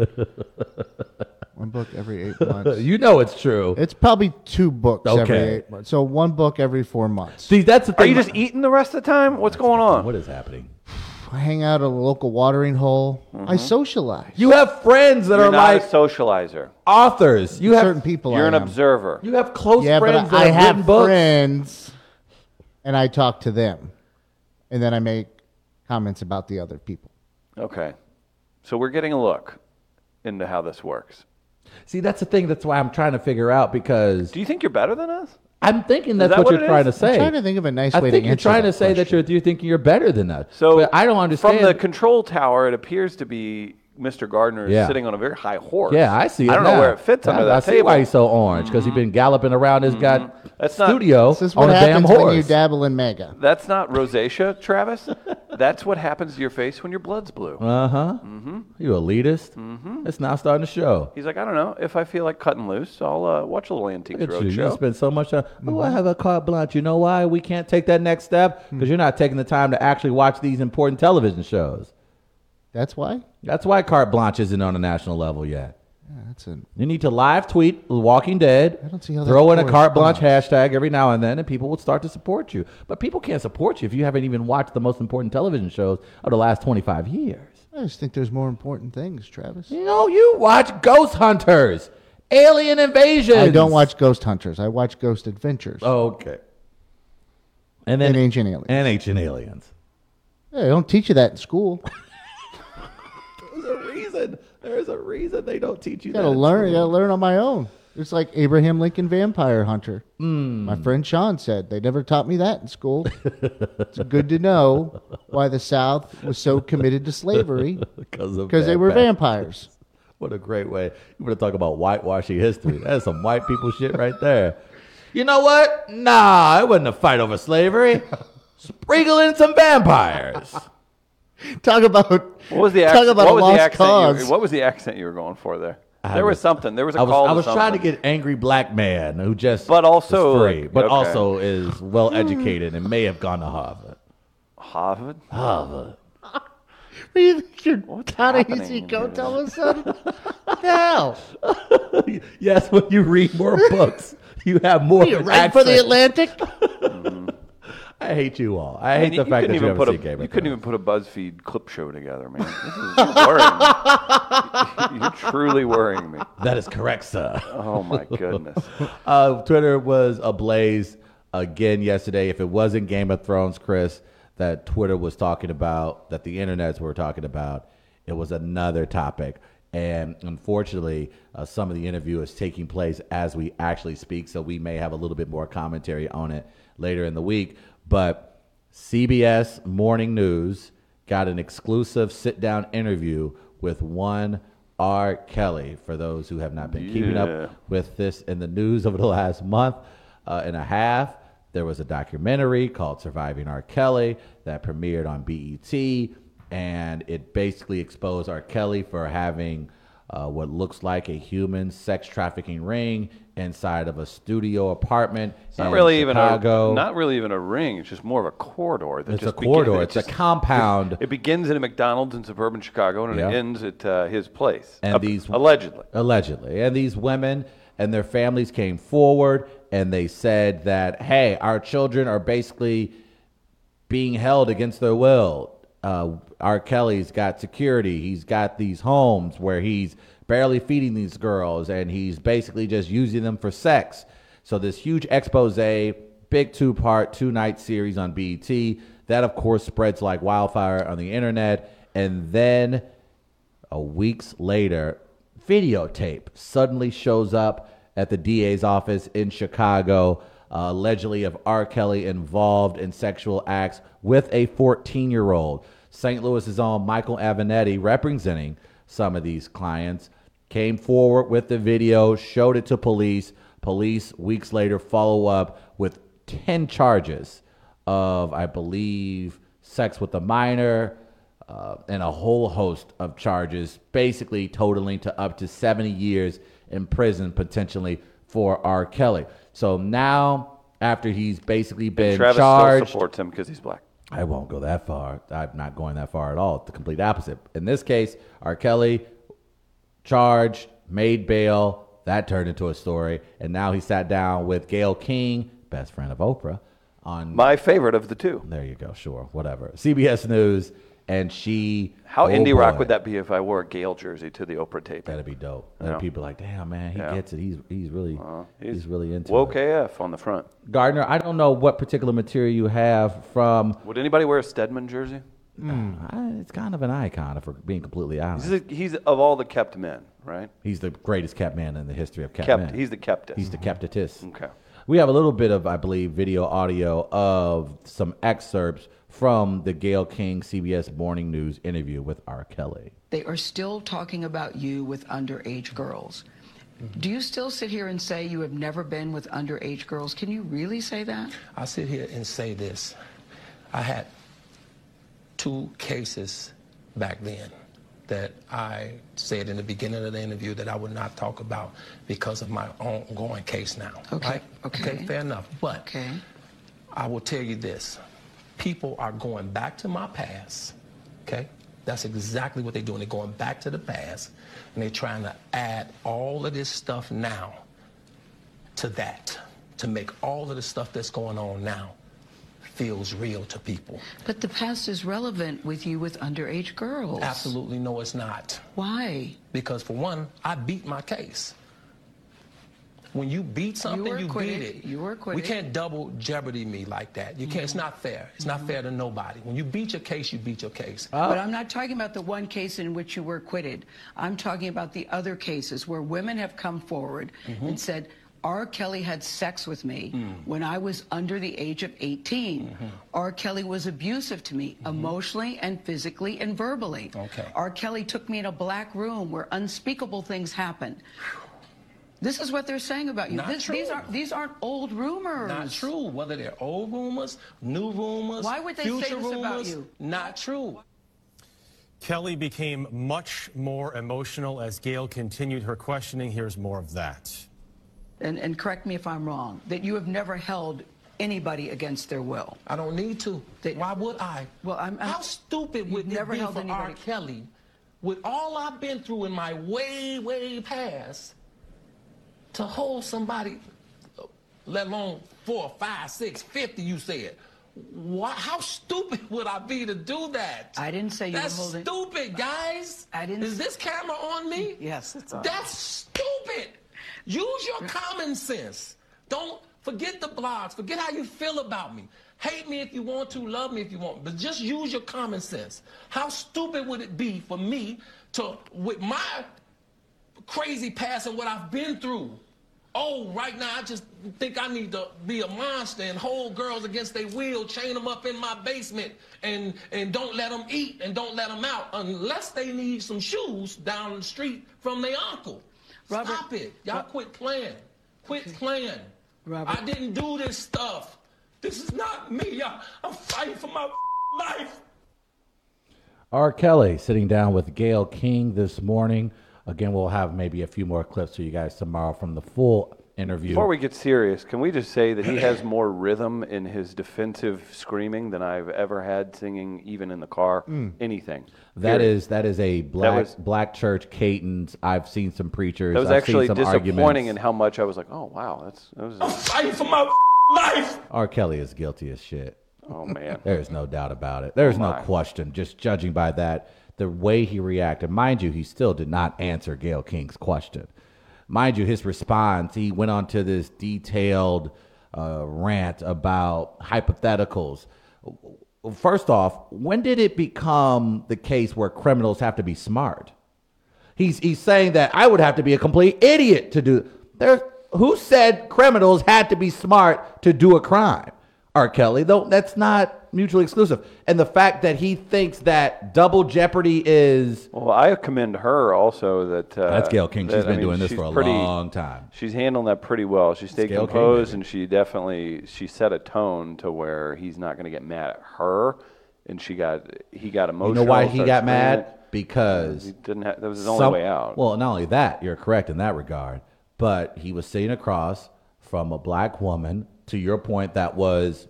Speaker 3: One book every eight
Speaker 1: [LAUGHS]
Speaker 3: months.
Speaker 1: you know it's true.
Speaker 3: it's probably two books every
Speaker 1: Okay.
Speaker 3: eight months. So one book every four months.
Speaker 1: See, that's the
Speaker 2: Are
Speaker 1: thing.
Speaker 2: you just eating the rest of the time? What's going on?
Speaker 1: What is happening?
Speaker 3: I hang out at a local watering hole.
Speaker 2: Mm-hmm.
Speaker 3: I socialize.
Speaker 1: You have friends that
Speaker 2: You're
Speaker 1: are
Speaker 2: not
Speaker 1: like
Speaker 2: a socializer.
Speaker 1: authors. You have
Speaker 3: certain people.
Speaker 2: You're
Speaker 3: I
Speaker 2: an
Speaker 3: am.
Speaker 2: observer.
Speaker 1: You have close
Speaker 3: Yeah, but
Speaker 1: friends
Speaker 3: I, I
Speaker 1: that
Speaker 3: have
Speaker 1: written books.
Speaker 3: friends, and I talk to them, and then I make comments about the other people.
Speaker 2: Okay. So we're getting a look into how this works.
Speaker 1: See, that's the thing. That's why I'm trying to figure out because
Speaker 2: Do you think you're better than us?
Speaker 1: I'm thinking that's
Speaker 2: that
Speaker 1: what,
Speaker 2: what
Speaker 1: you're
Speaker 2: it
Speaker 1: trying
Speaker 2: is?
Speaker 1: to say.
Speaker 3: trying to think of a nice
Speaker 1: I
Speaker 3: way to
Speaker 1: think you're
Speaker 3: answer
Speaker 1: trying
Speaker 3: that
Speaker 1: to say that you're, you're thinking you're better than us.
Speaker 2: So
Speaker 1: but I don't understand.
Speaker 2: From the control tower, it appears to be Mr. Gardner is
Speaker 1: Yeah.
Speaker 2: sitting on a very high horse.
Speaker 1: Yeah, I see. It
Speaker 2: I don't know
Speaker 1: now.
Speaker 2: where it fits
Speaker 1: I,
Speaker 2: under
Speaker 1: I
Speaker 2: that
Speaker 1: see
Speaker 2: table. Mm-hmm.
Speaker 1: why he's so orange because he's been galloping around his god
Speaker 2: That's not-
Speaker 1: studio
Speaker 3: This is
Speaker 1: on
Speaker 3: what
Speaker 1: a damn
Speaker 3: happens
Speaker 1: horse.
Speaker 3: when you dabble in mega.
Speaker 2: That's not
Speaker 1: [LAUGHS]
Speaker 2: rosacea, Travis. That's what happens to your face when your blood's blue.
Speaker 1: uh huh. Mm-hmm. You elitist. Mm-hmm. It's now starting to show.
Speaker 2: He's like, I don't know. If I feel like cutting loose, I'll uh, watch a little Antiques
Speaker 1: Look at you. You
Speaker 2: Roadshow.
Speaker 1: spend so much time. Oh,
Speaker 3: Mm-hmm.
Speaker 1: I have a carte blanche. You know why we can't take that next step?
Speaker 3: Hmm.
Speaker 1: Because you're not taking the time to actually watch these important television shows.
Speaker 3: That's why.
Speaker 1: That's why carte blanche isn't on a national level yet.
Speaker 3: Yeah, that's it.
Speaker 1: You need to live tweet The Walking Dead.
Speaker 3: I don't see how that
Speaker 1: throw in a carte blanche
Speaker 3: corresponds.
Speaker 1: hashtag every now and then, and people will start to support you. But people can't support you if you haven't even watched the most important television shows of the last 25 years.
Speaker 3: I just think there's more important things, Travis.
Speaker 1: You know, you watch Ghost Hunters, Alien Invasion.
Speaker 3: I don't watch Ghost Hunters. I watch Ghost Adventures.
Speaker 2: Oh.
Speaker 1: Okay. And then
Speaker 3: And Ancient Aliens.
Speaker 1: And Ancient Aliens.
Speaker 3: Yeah, they don't teach you that
Speaker 2: [LAUGHS]
Speaker 3: in school. You
Speaker 1: There's a reason. There's a reason they don't teach you
Speaker 3: gotta
Speaker 1: that.
Speaker 3: learn. You gotta learn on my own. It's like Abraham Lincoln Vampire Hunter.
Speaker 2: Hmm.
Speaker 3: My friend Sean said they never taught me that in school. it's good to know why the South was so committed
Speaker 2: [LAUGHS]
Speaker 3: to slavery
Speaker 1: Because of
Speaker 3: because they were
Speaker 1: vampires.
Speaker 3: vampires.
Speaker 1: What a great way. You want to talk about whitewashing history. That's some white people shit right there. You know what? Nah, it wasn't a fight over slavery. Sprinkle in some vampires.
Speaker 3: Talk about
Speaker 2: What was the
Speaker 3: talk
Speaker 2: accent?
Speaker 3: about
Speaker 2: what
Speaker 3: a
Speaker 2: was
Speaker 3: lost
Speaker 2: the accent
Speaker 3: cause.
Speaker 2: You, what was the accent you were going for there?
Speaker 1: I
Speaker 2: there was,
Speaker 1: was-
Speaker 2: something. There was a
Speaker 1: I was,
Speaker 2: call.
Speaker 1: I was trying to
Speaker 2: something.
Speaker 1: get angry black man who just
Speaker 2: But also,
Speaker 1: is free,
Speaker 2: like,
Speaker 1: but
Speaker 2: okay.
Speaker 1: also is
Speaker 3: Hmm.
Speaker 1: well educated and may have gone to Harvard.
Speaker 2: Harvard.
Speaker 1: Harvard.
Speaker 3: What do you think [LAUGHS] you're
Speaker 2: What's
Speaker 3: kind of
Speaker 2: happening
Speaker 3: easy go
Speaker 2: here?
Speaker 3: tell us now.
Speaker 1: [LAUGHS] yes, when you read more books, you have more.
Speaker 3: You
Speaker 1: of an
Speaker 3: write for the
Speaker 1: accent.
Speaker 3: Atlantic?
Speaker 1: I hate you all. I hate
Speaker 2: Man,
Speaker 1: the fact that you
Speaker 2: even
Speaker 1: haven't
Speaker 2: put a,
Speaker 1: seen Game of
Speaker 2: you couldn't
Speaker 1: Thrones.
Speaker 2: even put a BuzzFeed clip show together, man. This is, you're worrying me. [LAUGHS] You're truly worrying me.
Speaker 1: That is correct, sir.
Speaker 2: Oh
Speaker 1: [LAUGHS]
Speaker 2: my goodness.
Speaker 1: Uh, Twitter was ablaze again yesterday. If it wasn't Game of Thrones, Chris, that Twitter was talking about, that the internets were talking about, it was another topic. And unfortunately, uh, some of the interview is taking place as we actually speak, so we may have a little bit more commentary on it later in the week. But CBS Morning News got an exclusive sit down interview with one R. Kelly for those who have not been keeping
Speaker 2: Yeah.
Speaker 1: up with this in the news [LAUGHS] over the last month uh, and a half. There was a documentary called Surviving R. Kelly that premiered on BET, and it basically exposed R. Kelly for having uh, what looks like a human sex trafficking ring inside of a studio apartment.
Speaker 2: It's not really
Speaker 1: Chicago.
Speaker 2: even a not really even a ring. It's just more of a corridor. That
Speaker 1: It's
Speaker 2: just
Speaker 1: a corridor.
Speaker 2: begin- it
Speaker 1: It's a
Speaker 2: just-
Speaker 1: compound.
Speaker 2: It begins at a McDonald's in suburban Chicago, and
Speaker 1: Yeah.
Speaker 2: it ends at uh, his place.
Speaker 1: and
Speaker 2: Up-
Speaker 1: these
Speaker 2: allegedly.
Speaker 1: allegedly and these women and their families came forward and they said that hey our children are basically being held against their will uh, r kelly's got security he's got these homes where he's barely feeding these girls and he's basically just using them for sex so this huge expose big two part two night series on bet that of course spreads like wildfire on the internet and then a weeks later, videotape suddenly shows up at the DA's office in Chicago, uh, allegedly of R. Kelly involved in sexual acts with a 14 year old. St. Louis's own Michael Avenetti, representing some of these clients, came forward with the video, showed it to police. Police weeks later follow up with 10 charges of, I believe, sex with a minor, uh, and a whole host of charges, basically totaling to up to 70 years in prison potentially for R. Kelly. So now, after he's basically been
Speaker 2: Travis still
Speaker 1: charged,
Speaker 2: supports him because he's black.
Speaker 1: I won't go that far. I'm not going that far at all. It's the complete opposite. In this case, R. Kelly charged, made bail. That turned into a story, and now he sat down with Gail King, best friend of Oprah, on
Speaker 2: My favorite of the two.
Speaker 1: there you go. Sure, whatever. CBS News, and she.
Speaker 2: How
Speaker 1: oh
Speaker 2: indie rock
Speaker 1: boy,
Speaker 2: would that be if I wore a Gale jersey to the Oprah tape?
Speaker 1: That'd be dope. And then
Speaker 2: Yeah.
Speaker 1: people are like, damn man, he
Speaker 2: Yeah. Uh-huh.
Speaker 1: gets it. He's he's really he's, really into
Speaker 2: woke
Speaker 1: it.
Speaker 2: AF on the front.
Speaker 1: Gardner, I don't know what particular material you have from. uh,
Speaker 2: Would anybody wear a Stedman jersey?
Speaker 1: I, it's kind of an icon, if we're being completely honest.
Speaker 2: He's, he's of all the kept men, right?
Speaker 1: He's the greatest kept man in the history of kept,
Speaker 2: Kept.
Speaker 1: men.
Speaker 2: He's the keptest.
Speaker 1: He's the keptatist.
Speaker 2: Okay.
Speaker 1: We have a little bit of, I believe, video audio of some excerpts from the Gail King CBS Morning News interview with R. Kelly.
Speaker 7: They are still talking about you with underage girls. Do you still sit here and say you have never been with underage girls? Can you really say that?
Speaker 8: I sit here and say this. I had two cases back then that I said in the beginning of the interview that I would not talk about because of my ongoing case now.
Speaker 7: Okay,
Speaker 8: right?
Speaker 7: okay.
Speaker 8: fair enough. But
Speaker 7: Okay.
Speaker 8: I will tell you this people are going back to my past, okay? That's exactly what they're doing. They're going back to the past and they're trying to add all of this stuff now to that to make all of the stuff that's going on now feels real to people.
Speaker 7: But the past is relevant with you with underage girls.
Speaker 8: Absolutely no, it's not.
Speaker 7: Why?
Speaker 8: Because for one, I beat my case. When you beat something,
Speaker 7: were
Speaker 8: you, beat
Speaker 7: acquitted.
Speaker 8: it.
Speaker 7: You were
Speaker 8: We
Speaker 7: acquitted.
Speaker 8: can't double jeopardy me like that. You can't. It's not fair. It's
Speaker 7: Mm-hmm.
Speaker 8: not fair to nobody. When you beat your case, you beat your case.
Speaker 7: But I'm not talking about the one case in which you were acquitted. I'm talking about the other cases where women have come forward
Speaker 8: Mm-hmm.
Speaker 7: and said, R. Kelly had sex with me
Speaker 8: Mm.
Speaker 7: when I was under the age of 18.
Speaker 8: Mm-hmm.
Speaker 7: R. Kelly was abusive to me emotionally and physically and verbally.
Speaker 8: Okay.
Speaker 7: R. Kelly took me in a black room where unspeakable things happened. This is what they're saying about you.
Speaker 8: Not
Speaker 7: This- These,
Speaker 8: true.
Speaker 7: aren't, these aren't old rumors.
Speaker 8: Not true. Whether they're old rumors, new rumors,
Speaker 7: Why would they say
Speaker 8: future
Speaker 7: this about
Speaker 8: rumors,
Speaker 7: you?
Speaker 8: Not true.
Speaker 9: Kelly became much more emotional as Gail continued her questioning. Here's more of that.
Speaker 7: And, and correct me if I'm wrong, that you have never held anybody against their will.
Speaker 8: I don't need to.
Speaker 7: They-
Speaker 8: Why would I?
Speaker 7: Well, I'm- I'm-
Speaker 8: How stupid
Speaker 7: You've
Speaker 8: would it
Speaker 7: never
Speaker 8: be
Speaker 7: held
Speaker 8: for R.
Speaker 7: anybody-
Speaker 8: Kelly, with all I've been through in my way, way past, to hold somebody, uh, let alone four, five, six, fifty? You said. Why, how stupid would I be to do that?
Speaker 7: I didn't say you were
Speaker 8: That's
Speaker 7: holding-
Speaker 8: stupid, guys.
Speaker 7: I didn't-
Speaker 8: Is this camera on me?
Speaker 7: Yes, it's on.
Speaker 8: That's stupid. Use your common sense. Don't forget the blogs. Forget how you feel about me. Hate me if you want to, love me if you want, but just use your common sense. How stupid would it be for me to, with my crazy past and what I've been through, oh, right now I just think I need to be a monster and hold girls against their will, chain them up in my basement, and and don't let them eat and don't let them out unless they need some shoes down the street from their uncle.
Speaker 7: Robert-
Speaker 8: Stop it. Y'all quit playing. Quit playing.
Speaker 7: Robert-
Speaker 8: I didn't do this stuff. This is not me. Y'all, I'm fighting for my life.
Speaker 1: R. Kelly sitting down with Gail King this morning. Again, we'll have maybe a few more clips for you guys tomorrow from the full interview.
Speaker 2: Before we get serious, can we just say that he has more rhythm in his defensive screaming than I've ever had singing, even in the car, anything.
Speaker 1: Hmm. that
Speaker 2: Period.
Speaker 1: is that is a black
Speaker 2: was-
Speaker 1: black church cadence. I've seen some preachers.
Speaker 2: That was
Speaker 1: I've
Speaker 2: actually
Speaker 1: seen some
Speaker 2: disappointing
Speaker 1: arguments.
Speaker 2: in how much I was like, oh, wow, that's, that was,
Speaker 8: I'm fighting for my life.
Speaker 1: R. Kelly is guilty as shit.
Speaker 2: oh, man.
Speaker 1: There is no doubt about it. There is no
Speaker 2: my.
Speaker 1: question. Just judging by that, the way he reacted. Mind you, he still did not answer Gail King's question. Mind you, his response, he went on to this detailed uh, rant about hypotheticals. First off, when did it become the case where criminals have to be smart? He's he's saying that I would have to be a complete idiot to do there. Who said criminals had to be smart to do a crime? R. Kelly, though that's not mutually exclusive. And the fact that he thinks that double jeopardy is
Speaker 2: Well, I commend her also that. Uh,
Speaker 1: That's Gail King. She's
Speaker 2: that, I
Speaker 1: been
Speaker 2: mean,
Speaker 1: doing this
Speaker 2: she's
Speaker 1: for a
Speaker 2: pretty-
Speaker 1: long time.
Speaker 2: She's handling that pretty well. She stayed
Speaker 1: Gayle King,
Speaker 2: composed,
Speaker 1: baby.
Speaker 2: and she definitely she set a tone to where he's not going to get mad at her, and she got he got
Speaker 1: you
Speaker 2: emotional.
Speaker 1: know why he
Speaker 2: started
Speaker 1: got
Speaker 2: screaming.
Speaker 1: mad because
Speaker 2: He didn't. Have, that was his only
Speaker 1: Some-
Speaker 2: way out.
Speaker 1: Well, not only that, you're correct in that regard, but he was sitting across from a black woman. To your point, that was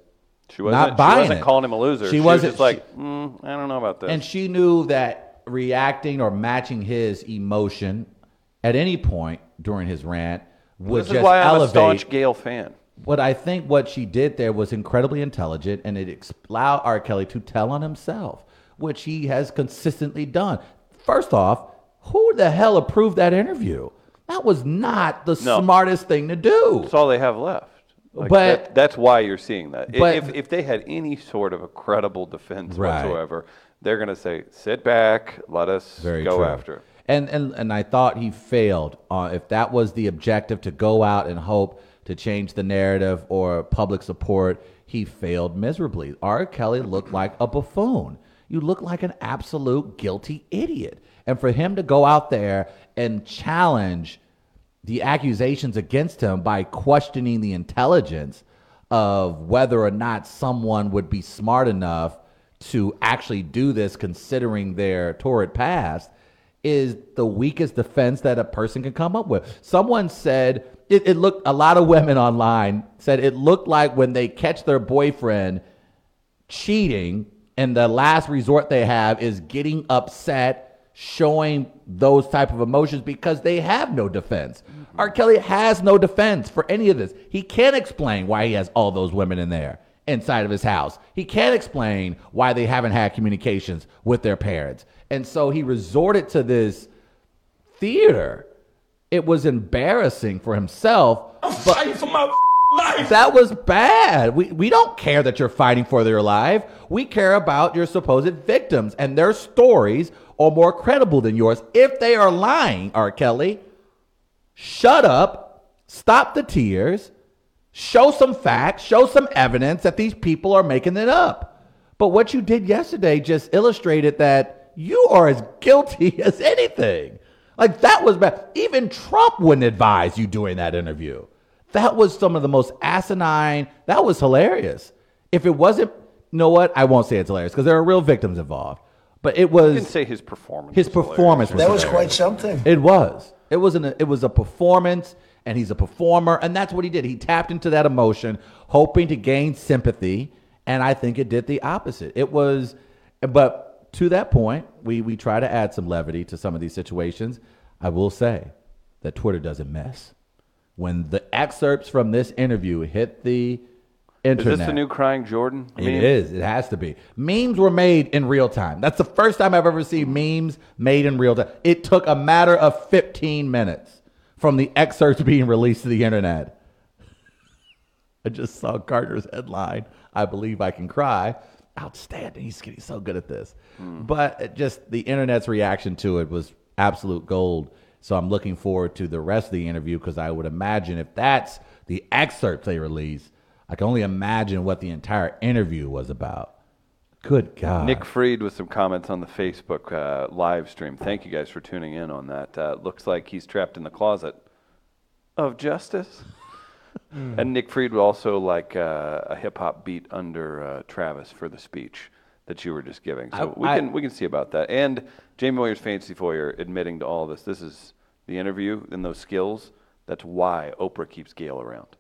Speaker 2: she wasn't.
Speaker 1: not buying
Speaker 2: she wasn't
Speaker 1: it.
Speaker 2: calling him a loser.
Speaker 1: She
Speaker 2: She, was
Speaker 1: wasn't-
Speaker 2: just like, mm, I don't know about this.
Speaker 1: and she knew that reacting or matching his emotion at any point during his rant would
Speaker 2: this
Speaker 1: just
Speaker 2: is why I'm a
Speaker 1: elevate.
Speaker 2: staunch Gail fan.
Speaker 1: But I think what she did there was incredibly intelligent, and it ex- allowed R. Kelly to tell on himself, which he has consistently done. First off, who the hell approved that interview? That was not the
Speaker 2: No.
Speaker 1: smartest thing to do.
Speaker 2: That's all they have left. Like
Speaker 1: But-
Speaker 2: that, that's why you're seeing that. I-
Speaker 1: but-
Speaker 2: if, if they had any sort of a credible defense
Speaker 1: Right.
Speaker 2: whatsoever, they're going to say, sit back, let us
Speaker 1: Very
Speaker 2: go
Speaker 1: true.
Speaker 2: after it.
Speaker 1: And and and I thought he failed. Uh, if that was the objective to go out and hope to change the narrative or public support, he failed miserably. R. Kelly looked like a buffoon. You look like an absolute guilty idiot. And for him to go out there and challenge the accusations against him by questioning the intelligence of whether or not someone would be smart enough to actually do this considering their torrid past is the weakest defense that a person can come up with. Someone said it, it looked a lot of women online said it looked like when they catch their boyfriend cheating And the last resort they have is getting upset, showing those type of emotions because they have no defense. R. Kelly has no defense for any of this. He can't explain why he has all those women in there inside of his house. He can't explain why they haven't had communications with their parents. And so he resorted to this theater. It was embarrassing for himself. but That was bad. We, we don't care that you're fighting for their life. We care about your supposed victims, and their stories are more credible than yours. If they are lying, R. Kelly, shut up, stop the tears, show some facts, show some evidence that these people are making it up. But what you did yesterday just illustrated that you are as guilty [LAUGHS] as anything. Like that was bad. Even Trump wouldn't advise you doing that interview. That was some of the most asinine. That was hilarious. If it wasn't, you know what? I won't say it's hilarious because there are real victims involved. But it was
Speaker 2: You can say his performance.
Speaker 1: his
Speaker 2: was hilarious.
Speaker 1: performance. Was
Speaker 6: That was
Speaker 1: hilarious.
Speaker 6: quite something.
Speaker 1: It was. It was an. It was a performance, and he's a performer, and that's what he did. He tapped into that emotion, hoping to gain sympathy, and I think it did the opposite. It was, but to that point, we we try to add some levity to some of these situations. I will say that Twitter doesn't mess. When the excerpts from this interview hit the
Speaker 2: Is
Speaker 1: internet,
Speaker 2: this the new crying Jordan? I mean,
Speaker 1: it is. It has to be. Memes were made in real time. That's the first time I've ever seen memes made in real time. It took a matter of 15 minutes from the excerpts [LAUGHS] being released to the internet. I just saw Gardner's headline. I believe I can cry. Outstanding. He's getting so good at this.
Speaker 3: Hmm.
Speaker 1: But it just the internet's reaction to it was absolute gold. So I'm looking forward to the rest of the interview because I would imagine if that's the excerpt they release, I can only imagine what the entire interview was about. Good God.
Speaker 2: Nick Freed with some comments on the Facebook uh, live stream. Thank you guys for tuning in on that. Uh, looks like he's trapped in the closet of justice.
Speaker 1: Hmm.
Speaker 2: And Nick Freed would also like uh, a hip hop beat under uh, Travis for the speech that you were just giving. So
Speaker 1: I-
Speaker 2: we
Speaker 1: I-
Speaker 2: can we can see about that. And Jamie Moyer's fancy foyer admitting to all this. This is the interview and those skills. That's why Oprah keeps Gail around.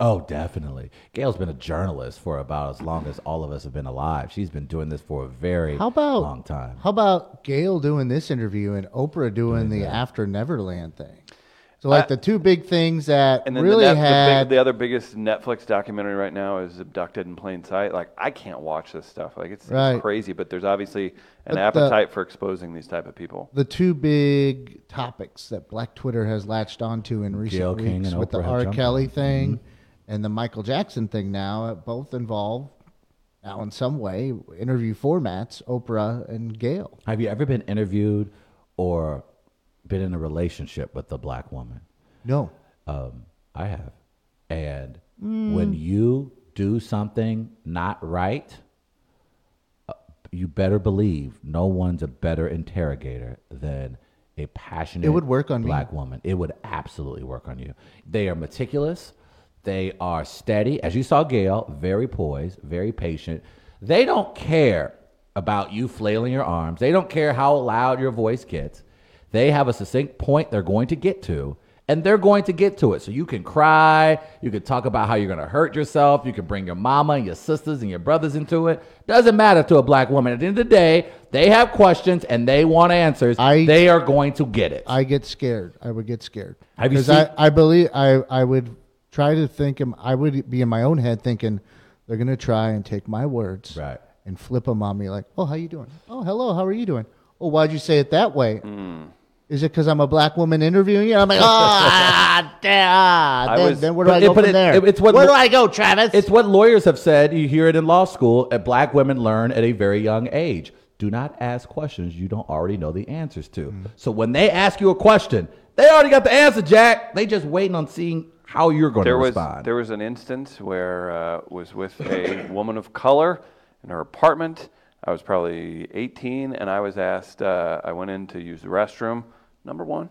Speaker 1: Oh, definitely. Gail's been a journalist for about as long as all of us have been alive. She's been doing this for a very
Speaker 3: How about
Speaker 1: long time.
Speaker 3: How about Gail doing this interview and Oprah doing the After Neverland thing? So like the two big things that
Speaker 2: Uh, And then
Speaker 3: really
Speaker 2: the, net- the big-
Speaker 3: had
Speaker 2: the other biggest Netflix documentary right now is Abducted in Plain Sight. Like I can't watch this stuff. Like it's,
Speaker 3: Right.
Speaker 2: it's crazy, but there's obviously an
Speaker 3: But the-
Speaker 2: appetite for exposing these type of people.
Speaker 3: the two big topics that Black Twitter has latched onto in recent
Speaker 1: Gayle King
Speaker 3: weeks
Speaker 1: and
Speaker 3: with the
Speaker 1: Oprah have
Speaker 3: R.
Speaker 1: jumped Mm-hmm.
Speaker 3: Kelly thing and the Michael Jackson thing now uh, both involve now in some way interview formats Oprah and Gail.
Speaker 1: Have you ever been interviewed or been in a relationship with a black woman?
Speaker 3: No.
Speaker 1: Um, I have. And
Speaker 3: Hmm.
Speaker 1: when you do something not right, uh, you better believe no one's a better interrogator than a passionate
Speaker 3: It would work on me.
Speaker 1: black woman. It would absolutely work on you. They are meticulous. They are steady. As you saw Gail, very poised, very patient. They don't care about you flailing your arms. They don't care how loud your voice gets. They have a succinct point they're going to get to, and they're going to get to it. So you can cry, you can talk about how you're going to hurt yourself, you can bring your mama and your sisters and your brothers into it. Doesn't matter to a black woman. At the end of the day, they have questions and they want answers.
Speaker 3: I-
Speaker 1: they are going to get it.
Speaker 3: I get scared. I would get scared.
Speaker 1: Have you
Speaker 3: Because
Speaker 1: seen-
Speaker 3: I, I believe I, I would try to think in- I would be in my own head thinking they're gonna try and take my words
Speaker 1: Right.
Speaker 3: and flip them on me like, oh, how you doing? Oh, hello, how are you doing? Oh, why'd you say it that way?
Speaker 1: Hmm.
Speaker 3: Is it because I'm a black woman interviewing you? I'm like,
Speaker 1: [LAUGHS]
Speaker 3: oh, ah, da- ah.
Speaker 2: I
Speaker 3: Then,
Speaker 2: was-
Speaker 3: then where do I
Speaker 1: it-
Speaker 3: go from
Speaker 1: it-
Speaker 3: there?
Speaker 1: it- it's what
Speaker 3: where do
Speaker 1: lo-
Speaker 3: I go, Travis?
Speaker 1: It's what lawyers have said. You hear it in law school. That black women learn at a very young age. Do not ask questions you don't already know the answers to.
Speaker 3: Mm.
Speaker 1: So when they ask you a question, they already got the answer, Jack. They just waiting on seeing how you're going
Speaker 2: There
Speaker 1: to
Speaker 2: was
Speaker 1: respond.
Speaker 2: there was an instance where uh, was with a [LAUGHS] woman of color in her apartment. I was probably 18, and I was asked. Uh, I went in to use the restroom. Number one,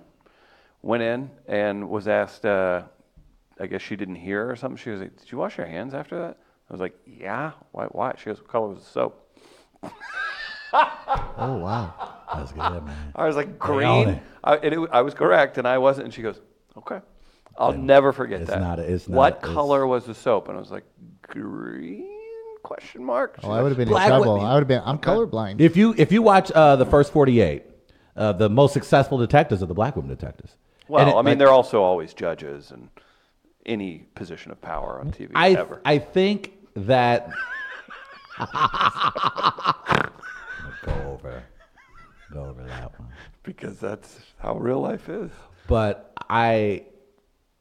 Speaker 2: went in and was asked. Uh, I guess she didn't hear or something. She was like, "Did you wash your hands after that?" I was like, "Yeah." Why? Why? She goes, "What color was the soap?"
Speaker 3: oh wow,
Speaker 1: That's good, man.
Speaker 2: I was like,
Speaker 1: own
Speaker 2: green.
Speaker 1: it.
Speaker 2: I, and it, w- I was correct, and I wasn't. And she goes, okay. I'll never forget
Speaker 1: it's
Speaker 2: that.
Speaker 1: not a- it's not
Speaker 2: what
Speaker 1: a- it's-
Speaker 2: color was the soap? And I was like, green? question mark.
Speaker 3: Oh, I would have been
Speaker 1: Black
Speaker 3: in trouble.
Speaker 1: women.
Speaker 3: I would have been. I'm colorblind.
Speaker 1: If you if you watch uh, the first forty eight, uh, the most successful detectives are the black women detectives.
Speaker 2: Well,
Speaker 1: And it-
Speaker 2: I mean,
Speaker 1: like,
Speaker 2: they're also always judges and any position of power on TV
Speaker 1: Mm-hmm. I
Speaker 2: ever.
Speaker 1: I think that. go over, go over that one.
Speaker 2: because that's how real life is.
Speaker 1: But I,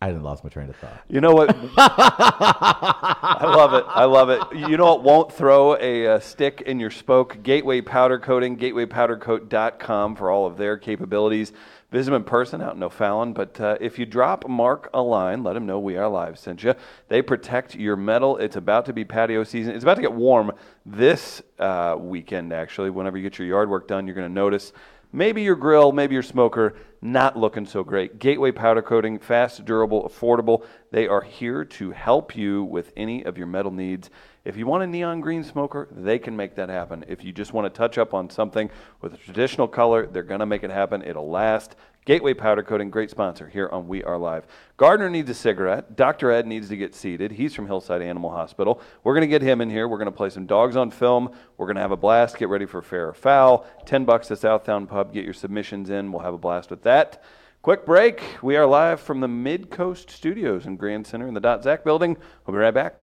Speaker 1: I didn't lost my train of thought.
Speaker 2: You know what? I love it. I love it. You know what won't throw a, uh stick in your spoke? Gateway Powder Coating, gatewaypowdercoat.com for all of their capabilities. Visit them in person out in O'Fallon, but uh, if you drop Mark a line, let him know We Are Live sent you. They protect your metal. It's about to be patio season. It's about to get warm this uh, weekend, actually. Whenever you get your yard work done, you're going to notice Maybe your grill, maybe your smoker, not looking so great. Gateway powder coating, fast, durable, affordable. They are here to help you with any of your metal needs. If you want a neon green smoker, they can make that happen. If you just want to touch up on something with a traditional color, they're going to make it happen. It'll last. Gateway Powder Coating, great sponsor here on We Are Live. Gardner needs a cigarette. Dr. Ed needs to get seated. He's from Hillside Animal Hospital. We're going to get him in here. We're going to play some dogs on film. We're going to have a blast. Get ready for Fair or Foul. 10 bucks at Southtown Pub. Get your submissions in. We'll have a blast with that. Quick break. We are live from the Mid Coast Studios in Grand Center in the Dot Zach building. We'll be right back.